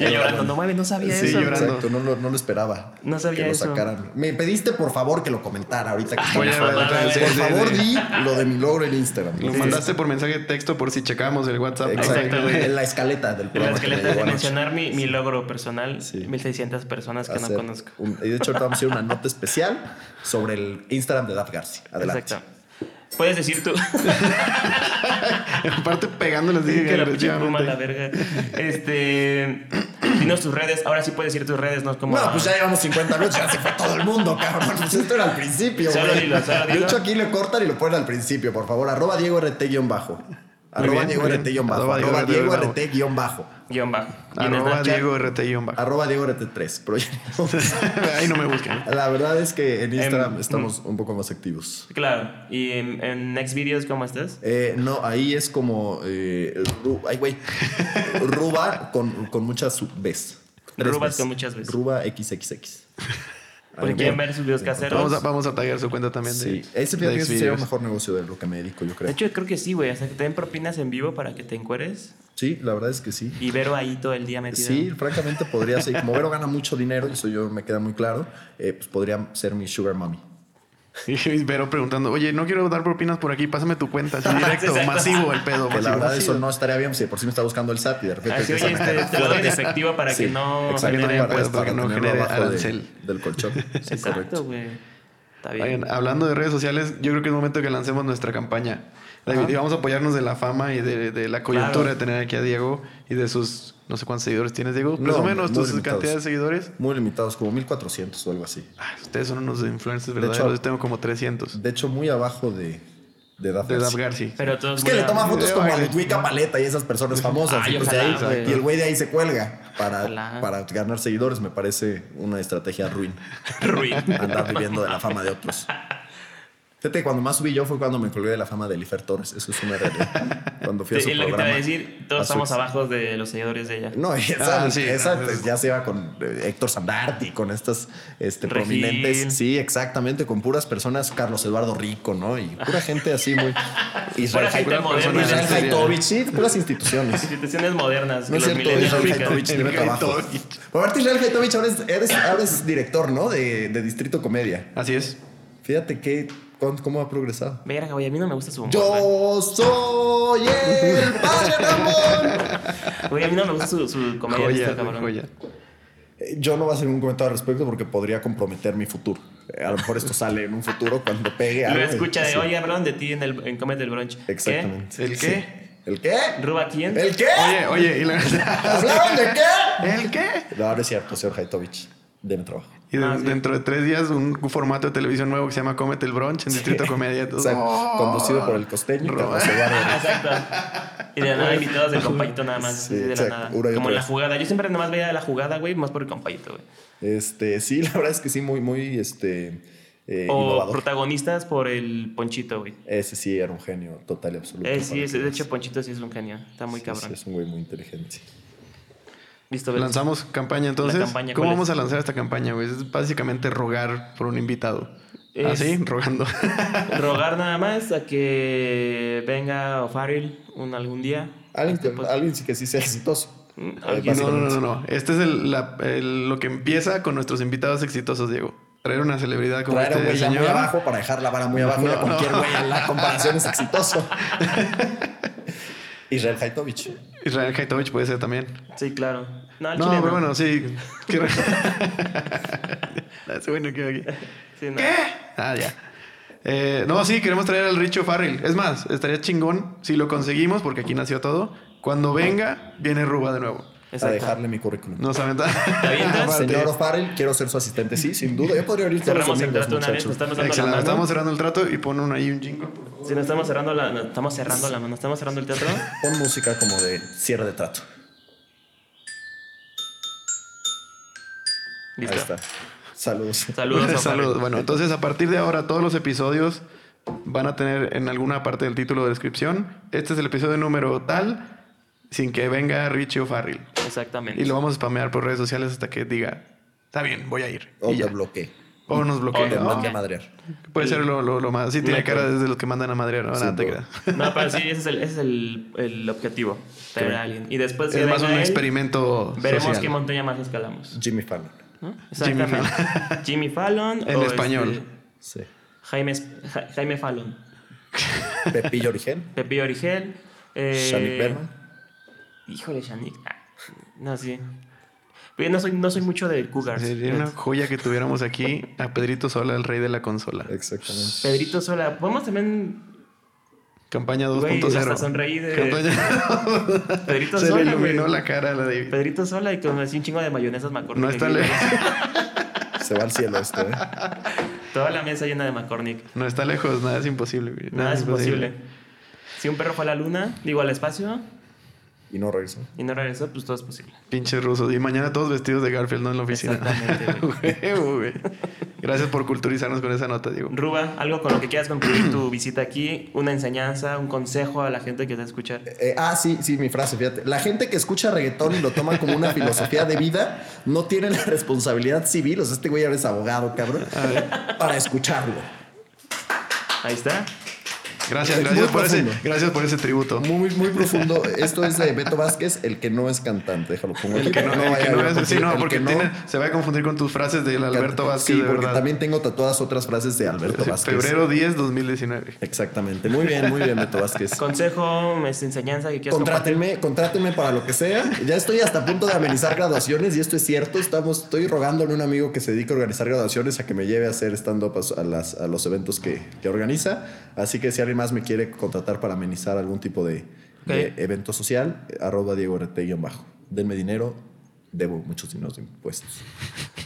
Yo llorando, no mames, no sabía
Sí,
eso.
llorando.
Exacto, no lo, no lo esperaba.
No sabía
que
eso.
Lo sacaran. Me pediste por favor que lo comentara ahorita que
Oye,
estamos-
vale,
vale, vale,
sí,
Por
sí,
favor,
sí.
di lo de mi logro en Instagram.
Lo
Sí,
mandaste por mensaje de texto por si checamos el WhatsApp.
Exacto.
Exactamente.
En la escaleta del
En
programa.
las que
que me
les de
llegó anoche.
mencionar mi, mi logro personal,
Sí.
1600 personas que no
hacer
conozco.
un- y de hecho, ahorita vamos a hacer una nota especial sobre el Instagram de Daf Garci. Adelante.
Exacto. Puedes decir tú.
[LAUGHS] Aparte pegándoles
[LAUGHS]
dije
que
que
la pinche pluma a la
agresivamente.
verga. Este. Dinos tus redes. Ahora sí puedes decir tus redes, no es como.
Bueno, pues ya llevamos 50 minutos, ya se fue todo el mundo, cabrón. [LAUGHS] Pues esto era al principio,
Solo
güey.
dilo, solo
De
dilo.
hecho, aquí le cortan y lo ponen al principio, por favor. Arroba Diego RT-bajo. Arroba
bien,
Diego
muy bien.
RT-bajo.
Arroba Diego
Arroba Diego
RT-bajo.
RT-bajo.
Guión bajo. Y en
Arroba
Snapchat,
Diego RT guión bajo. [LAUGHS]
Arroba Diego RT3. Pero ya no.
[LAUGHS]
Ahí no me busquen.
La verdad es que en Instagram
Em,
estamos un poco más activos.
Claro. Y en, en Next Videos, ¿cómo estás?
Eh, no, ahí es como. eh, Ru- ay,
[LAUGHS]
güey. Ruba con, con muchas sub- Bs. Tres
Rubas
Bs.
con muchas Bs.
Ruba XXX.
Porque quieren ver sus videos caseros.
Vamos a, vamos a taggear su cuenta también.
Sí,
de,
ese
de
fíjate que ese sería
Xvideos.
el mejor negocio de lo que me dedico, yo creo.
De hecho, creo que sí, güey. Hasta que te den propinas en vivo para que te encueres.
Sí, la verdad es que sí.
Y Vero ahí todo el día metido.
Sí, francamente podría ser.
[LAUGHS]
Como Vero gana mucho dinero, y eso yo me queda muy claro, eh, pues podría ser mi sugar mommy.
[LAUGHS] Y Vero preguntando, oye, no quiero dar propinas por aquí, pásame tu cuenta.
[LAUGHS]
Así directo,
Exacto.
masivo el pedo.
[LAUGHS] Que la
masivo,
verdad eso
masivo.
no estaría bien, si de por sí me está buscando el SAT y de repente...
Así, oye,
empiezan a
este,
caer
te lo doy en
flores.
efectivo para que no pues,
exacto,
genere
[LAUGHS]
para-
impuestos,
para
que no
tenerlo
genere
abajo de-
arancel.
del colchón. Sí,
Exacto,
correcto.
güey. Está bien.
Oigan, hablando de redes sociales, yo creo que es momento que lancemos nuestra campaña. David, y vamos a apoyarnos de la fama y de, de la coyuntura
Claro.
de tener aquí a Diego y de sus, no sé cuántos seguidores tienes, Diego.
No,
Más o menos
muy
tus
limitados.
cantidad de seguidores.
Muy limitados, como 1400 o algo así.
Ah, ustedes son unos influencers
De
verdaderos.
hecho-
yo tengo como 300.
De hecho, muy abajo de... De Daf
De Dab
Garci.
Garci.
Pero todos
Es que
muy
le
a-
toma fotos como
Ay,
al Wicca Paleta y esas personas famosas.
Ay,
y, pues de
ojalá,
ahí-
güey.
y el güey de ahí se cuelga para,
Ojalá.
para ganar seguidores. Me parece una estrategia ruin.
[LAUGHS] Ruin.
Andar viviendo de la fama de otros. Fíjate, que cuando más subí yo fue cuando me colgué de la fama de Elifer Torres. Eso es una realidad. Cuando fui a su
Sí, lo que te
programa.
voy a decir, todos
a su-
estamos abajo de los seguidores de ella.
No, esa,
Ah, sí,
esa,
no,
pues,
es-
ya se iba con eh, Héctor Sandarti, con estas este,
Regil.
prominentes. Sí, exactamente, con puras personas, Carlos Eduardo Rico, ¿no? Y pura gente así muy...
[LAUGHS]
Israel
Pura gente
Pura persona
moderna.
de
Israel
las
serie.
Haitovich, sí, puras instituciones.
Instituciones modernas.
No
que los
es cierto,
millennials
Israel
ubican.
Haitovich tiene
El
trabajo.
Haitovich.
Por parte, Israel Haitovich ahora es, eres, ahora es director, ¿no? De, de Distrito Comedia.
Así es.
Fíjate que, con- cómo ha progresado.
Verga, güey, a mí no me gusta su humor. güey.
Yo soy [LAUGHS] el padre Ramón.
Güey, a mí no me gusta su, su comedia. de
Joya,
este cabrón.
joya.
Eh, Yo no voy a hacer ningún comentario al respecto porque podría comprometer mi futuro. Eh, A lo mejor esto sale en un futuro cuando pegue algo.
Lo escucha de,
Sí.
oye, hablaron de ti en, el, en Comet del Brunch.
Exactamente.
¿Qué? ¿El
Sí.
qué?
¿El qué?
¿Qué? ¿Ruba quién?
¿El qué?
Oye, oye, y la-
[LAUGHS] ¿Hablaron de
[LAUGHS]
qué?
¿El qué?
No, no es cierto, señor Haitovich. Deme trabajo.
Y de-
Ah, sí.
dentro de tres días, un formato de televisión nuevo que se llama Cómete el Brunch en Distrito Comedia.
[LAUGHS] O sea,
Oh.
conducido por el costeño.
Ro-
Carlos
[LAUGHS]
Eduardo.
[LAUGHS] Exacto. Y de la nada invitados del compañito nada más.
Sí,
así de la
exacto,
nada.
una y
Como
otra
en la
vez.
jugada. Yo siempre nomás veía la jugada, güey, más por el compañito, güey.
Este, sí, la verdad es que sí, muy, muy, este, eh,
O
innovador.
protagonistas por el Ponchito, güey.
Ese sí era un genio total y absoluto.
Eh,
para
sí, es-
que
de
veas.
hecho Ponchito sí es un genio. Está muy
Sí,
cabrón.
sí, es un güey muy inteligente.
Listo, Beto.
Lanzamos campaña entonces.
La campaña,
¿Cómo
¿cuál
vamos
es?
a lanzar esta campaña, güey? Es básicamente rogar por un invitado.
Es-
Así,
[LAUGHS]
rogando.
Rogar nada más a que venga O'Farrell un, algún día.
Alguien, que,
Este, pues,
alguien sí que sí sea exitoso.
Mm,
Eh,
alguien-
no, no,
básicamente.
no, no. Este es el- la- el- lo que empieza con nuestros invitados exitosos, Diego. Traer una celebridad como
Traer a un
este
güey ya muy
señor.
abajo para dejar la vara muy abajo y a
[LAUGHS]
No,
cualquier
no.
güey en la comparación es exitoso. [LAUGHS] Israel Haitovich.
Israel Haitovich puede ser también.
Sí, claro. No, al
No,
chile
pero
no.
bueno, sí. Qué raro.
[LAUGHS]
[LAUGHS] Ese güey no quedó aquí.
Sí, no.
Ah, ya. Eh, no, sí, queremos traer al Richo Farrell. Es más, estaría chingón si lo conseguimos, porque aquí nació todo. Cuando venga, viene Ruba de nuevo.
A
Exacto.
dejarle mi currículum. Ah,
Nos aventa.
avientas?
Aparte.
Señor O'Farrell, quiero ser su asistente. Sí, sin duda. Yo podría abrir todos los
Cerramos el
domingos,
trato una vez,
muchachos.
nos estamos dando
Excelente.
la mano.
Estamos cerrando el trato y pon un- ahí un jingle. por favor.
Si nos estamos cerrando la, nos estamos cerrando la mano, estamos cerrando el teatro. [LAUGHS]
Pon música como de cierre de trato.
Listo.
Ahí está. Saludos.
[LAUGHS]
Saludos. a
Saludos.
Farrell.
Bueno, entonces a partir de ahora todos los episodios van a tener en alguna parte del título de descripción. Este es el episodio número tal, sin que venga Richo Farrell.
Exactamente.
Y lo vamos a spamear por redes sociales hasta que diga, está bien, voy a ir.
O
y
te
ya.
bloqueé.
O nos
O te
bloquea.
mandé
¿no?
a madrear.
Puede ser lo, lo- lo más. Sí, tiene
Una
cara
cara.
desde los que mandan a madrear. No,
Sin
nada, te
duda.
creas.
No, pero sí, ese es el, ese es el, el objetivo. Traer a alguien. Y después que
es más un
venga él,
experimento.
veremos
social.
qué montaña más escalamos.
Jimmy Fallon.
¿no?
Jimmy Fallon.
Exactamente. Jimmy Fallon.
En
o
español.
este,
Sí.
Jaime, Ja- Jaime Fallon.
Pepillo Origen.
Pepillo Origel. Eh,
Shani Berman.
Híjole, Shanik. Ah, No, sí. Pero yo no soy, no soy mucho de Cougars.
Sería una joya que tuviéramos aquí a Pedrito Sola, el rey de la consola.
Exactamente.
Pedrito Sola. Podemos también.
Campaña
Güey,
2.0.
hasta sonreí de-
Campaña-
[LAUGHS] Pedrito
Se
Sola.
le iluminó
güey.
la cara a la de.
Pedrito Sola y con así un chingo de mayonesas McCormick.
No está, le- [LAUGHS]
Se va al cielo esto, ¿eh?
Toda la mesa llena de McCormick.
no está lejos, nada es imposible. güey.
Nada es posible. Si un perro fue a la luna, digo al espacio,
Y no regresó.
y no regresó, pues todo es posible.
Pinches rusos. Y mañana todos vestidos de Garfield, no en la oficina. [LAUGHS]
Exactamente,
Huevo, güey. Gracias por culturizarnos con esa nota, Diego.
Ruba, algo con lo que quieras concluir tu visita aquí, una enseñanza, un consejo a la gente que te va a escuchar.
Eh, ah, sí, sí, mi frase, fíjate. La gente que escucha reggaetón y lo toma como una filosofía de vida no tiene la responsabilidad civil. O sea, este güey ahora es abogado, cabrón. Para escucharlo.
Ahí está.
Gracias,
Muy
gracias por, ese,
profundo.
gracias por ese tributo.
Muy, muy profundo. Esto es de Beto Vázquez, el que no es cantante. Déjalo pongo
El
aquí
que no,
para
el
vaya
que no
yo a
es- sí,
confundir.
no,
El
porque
que
tiene- se va a confundir con tus frases del Alberto Vázquez,
Sí,
de
porque
verdad.
también tengo tatuadas otras frases de Alberto
Sí,
Vázquez.
febrero 10, 2019.
Exactamente. Muy bien, muy bien, Beto
[LAUGHS]
Vázquez.
Consejo, este, enseñanza que quieras compartir.
Contrátenme, contrátenme para lo que sea. Ya estoy hasta a punto de amenizar graduaciones y esto es cierto. Estamos, estoy rogándole a un amigo que se dedica a organizar graduaciones a que me lleve a hacer stand-up a, su- a las- a los eventos que, que organiza. Así que si alguien más me quiere contratar para amenizar algún tipo de, de
Ok.
evento social, arroba Diego Rete bajo. Denme dinero, debo muchos dineros de impuestos.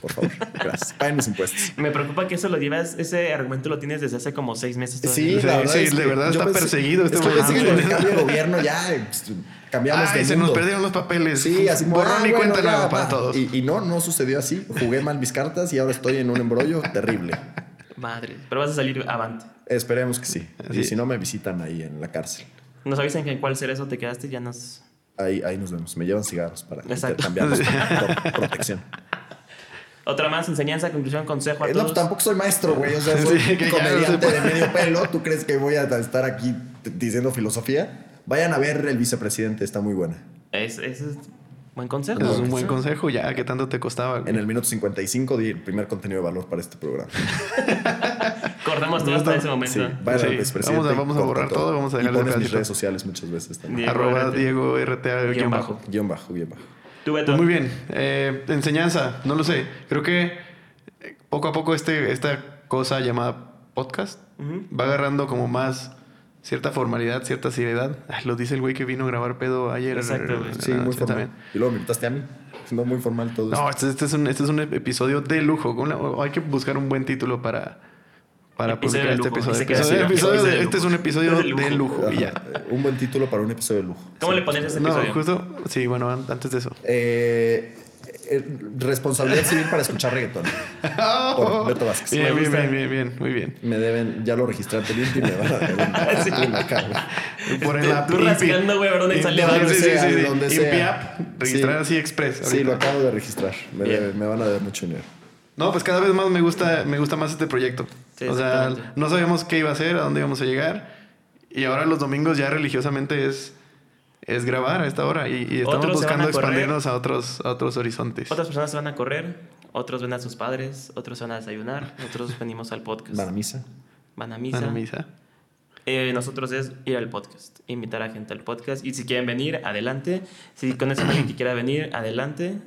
Por favor, gracias. Paguen mis impuestos.
Me preocupa que eso lo llevas, ese argumento lo tienes desde hace como seis meses. todavía.
Sí,
Sí,
la verdad
sí,
es
de
que
verdad
yo
está
pensé-
perseguido este
es que pensé
güey.
que con el cambio de gobierno ya eh, pues, cambiamos
Ay,
de
se
mundo.
nos perdieron los papeles.
Sí, así como,
Borrón
ah,
y
bueno,
cuenta
ya,
nueva
va.
para todos.
Y, y no, no sucedió así. Jugué mal mis cartas y ahora estoy en un embrollo terrible.
Madre. Pero vas a salir avante.
Esperemos que sí.
Así
Y
es.
si no, me visitan ahí en la cárcel.
Nos avisan que en cuál cerezo te quedaste, ya nos.
Ahí, ahí nos vemos. Me llevan cigarros para
Exacto.
cambiarlos
[LAUGHS]
por, por protección.
Otra más, enseñanza, conclusión, consejo a
Eh, No, pues
todos.
tampoco soy maestro, güey. O sea, soy
Sí, que ya no se
comediante
puede.
de medio pelo. ¿Tú crees que voy a estar aquí t- diciendo filosofía? Vayan a ver El Vicepresidente, está muy buena.
Es- Ese es buen consejo.
Eso es un buen consejo, ya que tanto te costaba. güey.
En el minuto 55 di el primer contenido de valor para este programa.
Cortamos todo hasta ese momento.
Sí, pues, vayan
Sí,
al Vicepresidente
vamos a-
y
vamos a
corta
borrar todo, vamos a
Y
dejar el
pones mis
gancho.
redes sociales muchas veces también.
Diego
Arroba
RT.
Diego RTA guión bajo.
bajo.
Guión bajo, guión bajo.
Tú, Beto.
Pues muy bien. eh, enseñanza, no lo sé. Creo que eh, poco a poco este, esta cosa llamada podcast
Ujú.
va agarrando como más cierta formalidad, cierta seriedad. Ay, lo dice el güey que vino a grabar pedo ayer.
Exacto, güey.
Sí, muy
está
formal.
bien.
Y luego me invitaste a mí. No, muy formal todo
No,
esto.
este, este es un, este es un episodio de lujo. con una- hay que buscar un buen título para, para
Episodio
publicar
de
este
lujo,
episodio.
dice que así,
Episodio- episodio de-
episodio de
este es
lujo.
un episodio
De
de
lujo.
lujo, y ya.
Ajá, Un buen título para un episodio de lujo.
¿Cómo
Sí.
le pones a ese
No,
episodio?
justo, sí, bueno, an- antes de eso.
Eh, eh, responsabilidad civil para escuchar reggaetón. Por Beto Vázquez.
Bien,
Oh. me
bien,
gusta.
bien, bien, bien, muy bien.
Me deben, ya lo registré ante el INPI y me van a
[LAUGHS]
deber
Sí.
en la cara.
Por
Este, tú rascando, güey, ¿verdad? Y sale
Sí,
algo,
sí, sí,
sea,
sí, sí.
donde sea.
Impiap, registrar
Sí.
así express.
Sí,
ahorita.
lo acabo de registrar. Me,
Bien.
deben- me van a deber mucho dinero.
No, pues cada vez más me gusta, me gusta más este proyecto.
Sí,
o sea,
exactamente.
no sabíamos qué iba a ser, a dónde íbamos a llegar. Y ahora los domingos ya religiosamente es, es grabar a esta hora. Y, y estamos
Otros se van
buscando
a correr.
expandirnos a otros, a otros horizontes.
Otras personas se van a correr, otros ven a sus padres, otros se van a desayunar, otros venimos al podcast.
Van a misa.
Van a misa.
Van a misa.
eh, nosotros es ir al podcast, invitar a gente al podcast. Y si quieren venir, adelante. Si conocen a alguien que quiera venir, adelante.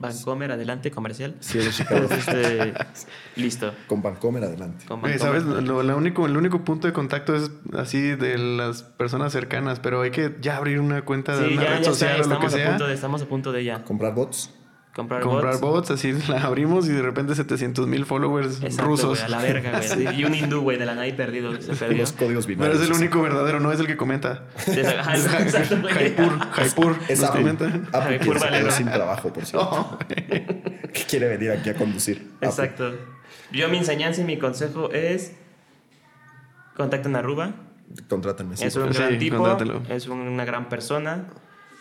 Vancomer, adelante, comercial.
Si eres Chicago.
Este, listo.
Con Vancomer adelante.
Con
Oye,
Vancomer.
¿Sabes? Lo, lo único, el único punto de contacto es así de las personas cercanas, pero hay que ya abrir una cuenta de
Sí,
una
ya,
red
ya está,
social o lo que
estamos, a
sea.
punto de, estamos a punto de ya.
Comprar bots.
Comprar,
Comprar
bots.
bots, así [LAUGHS] la abrimos y de repente 700 mil followers
Exacto,
rusos.
güey, a la verga,
[LAUGHS]
güey. sí. Y un hindú, güey, de la nada y perdido. Se perdió. [LAUGHS]
Los códigos
Pero
binarios.
es el único verdadero, no es el que comenta. [LAUGHS]
Ajá, Ah, [LAUGHS] Exacto, güey.
Jaipur, Jaipur.
Es
nos
[LAUGHS]
Apple.
comenta.
Apple quien
Pur
se quedó
Valero.
sin trabajo, por cierto.
[LAUGHS] No, güey.
Que quiere venir aquí a conducir. Apple.
Oh. Exacto. Yo mi enseñanza y mi consejo es contacten a Ruba.
Contrátenme. sí.
Es un
Sí,
gran tipo,
contrátelo.
es una gran persona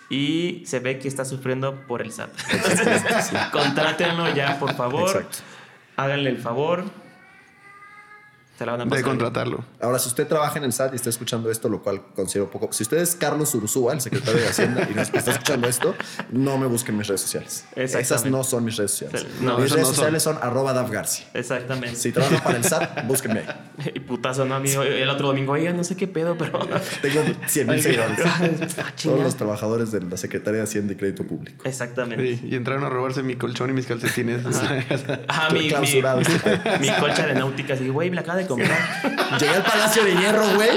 y se ve que está sufriendo por el SAT. [LAUGHS] Contrátenlo ya, por favor.
Exacto.
Háganle el favor. Se la van a pasar.
de contratarlo.
Ahora, si usted trabaja en el SAT y está escuchando esto, lo cual considero poco. Si usted es Carlos Urzúa, el secretario de Hacienda, y nos está escuchando esto, no me busquen mis redes sociales.
Exactamente.
Esas no son mis redes sociales.
Se- no,
mis
esas
redes
no son.
sociales son arroba Daf García.
Exactamente.
Si trabaja para el SAT, búsquenme ahí.
[LAUGHS] Y putazo, ¿no, amigo? El otro domingo, oiga, no sé qué pedo, pero...
Tengo 100 mil seguidores.
[LAUGHS] Ah,
Todos los
chinga.
trabajadores de la Secretaría de Hacienda y Crédito Público.
Exactamente.
Sí, y entraron a robarse mi colchón y mis calcetines. [LAUGHS]
Ah, mi, mi,
Clausurado este
[LAUGHS]
pedo.
mi colcha de náutica. Así, güey, me la acaba de comprar.
Llegué al Palacio de Hierro, güey.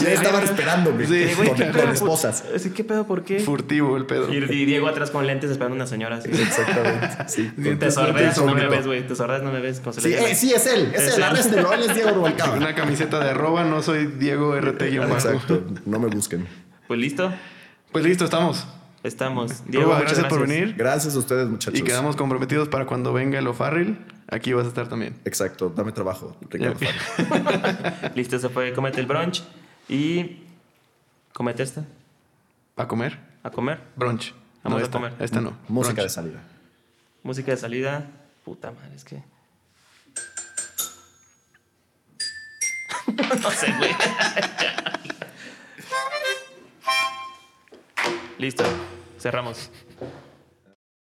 Y ahí estaban esperándome.
Sí,
Güey,
con,
¿qué
con
pedo?
esposas.
Así, ¿qué pedo? ¿Por qué?
Furtivo el pedo.
Y, y Diego atrás con lentes esperando a una señora así.
Exactamente. [LAUGHS] Sí, con-
Te sordeas, no me
sorbeto.
ves, güey. Te sordeas, no me ves. con
sí,
celeste.
eh, sí, es él. Es,
Es
él.
él.
Arréstelo. Él es Diego
[LAUGHS]
Rubalcaba.
Una camiseta de arroba, no soy Diego RT guión bajo.
Exacto. No me busquen.
Pues listo,
Pues listo, estamos.
estamos. Diego,
Ruba,
muchas
gracias por venir.
Gracias a ustedes, muchachos.
Y quedamos comprometidos para cuando venga el O'Farrell, aquí vas a estar también.
Exacto. Dame trabajo, Ricardo.
[LAUGHS] Ya.
Farri.
Listo, se fue. Comete el brunch y comete esta.
¿A comer?
A comer.
Brunch. no,
Vamos a
esta,
comer.
Esta no.
Música de
Brunch.
salida.
Música de salida. Puta madre, es que. [LAUGHS] no sé, güey. [LAUGHS] Listo, cerramos.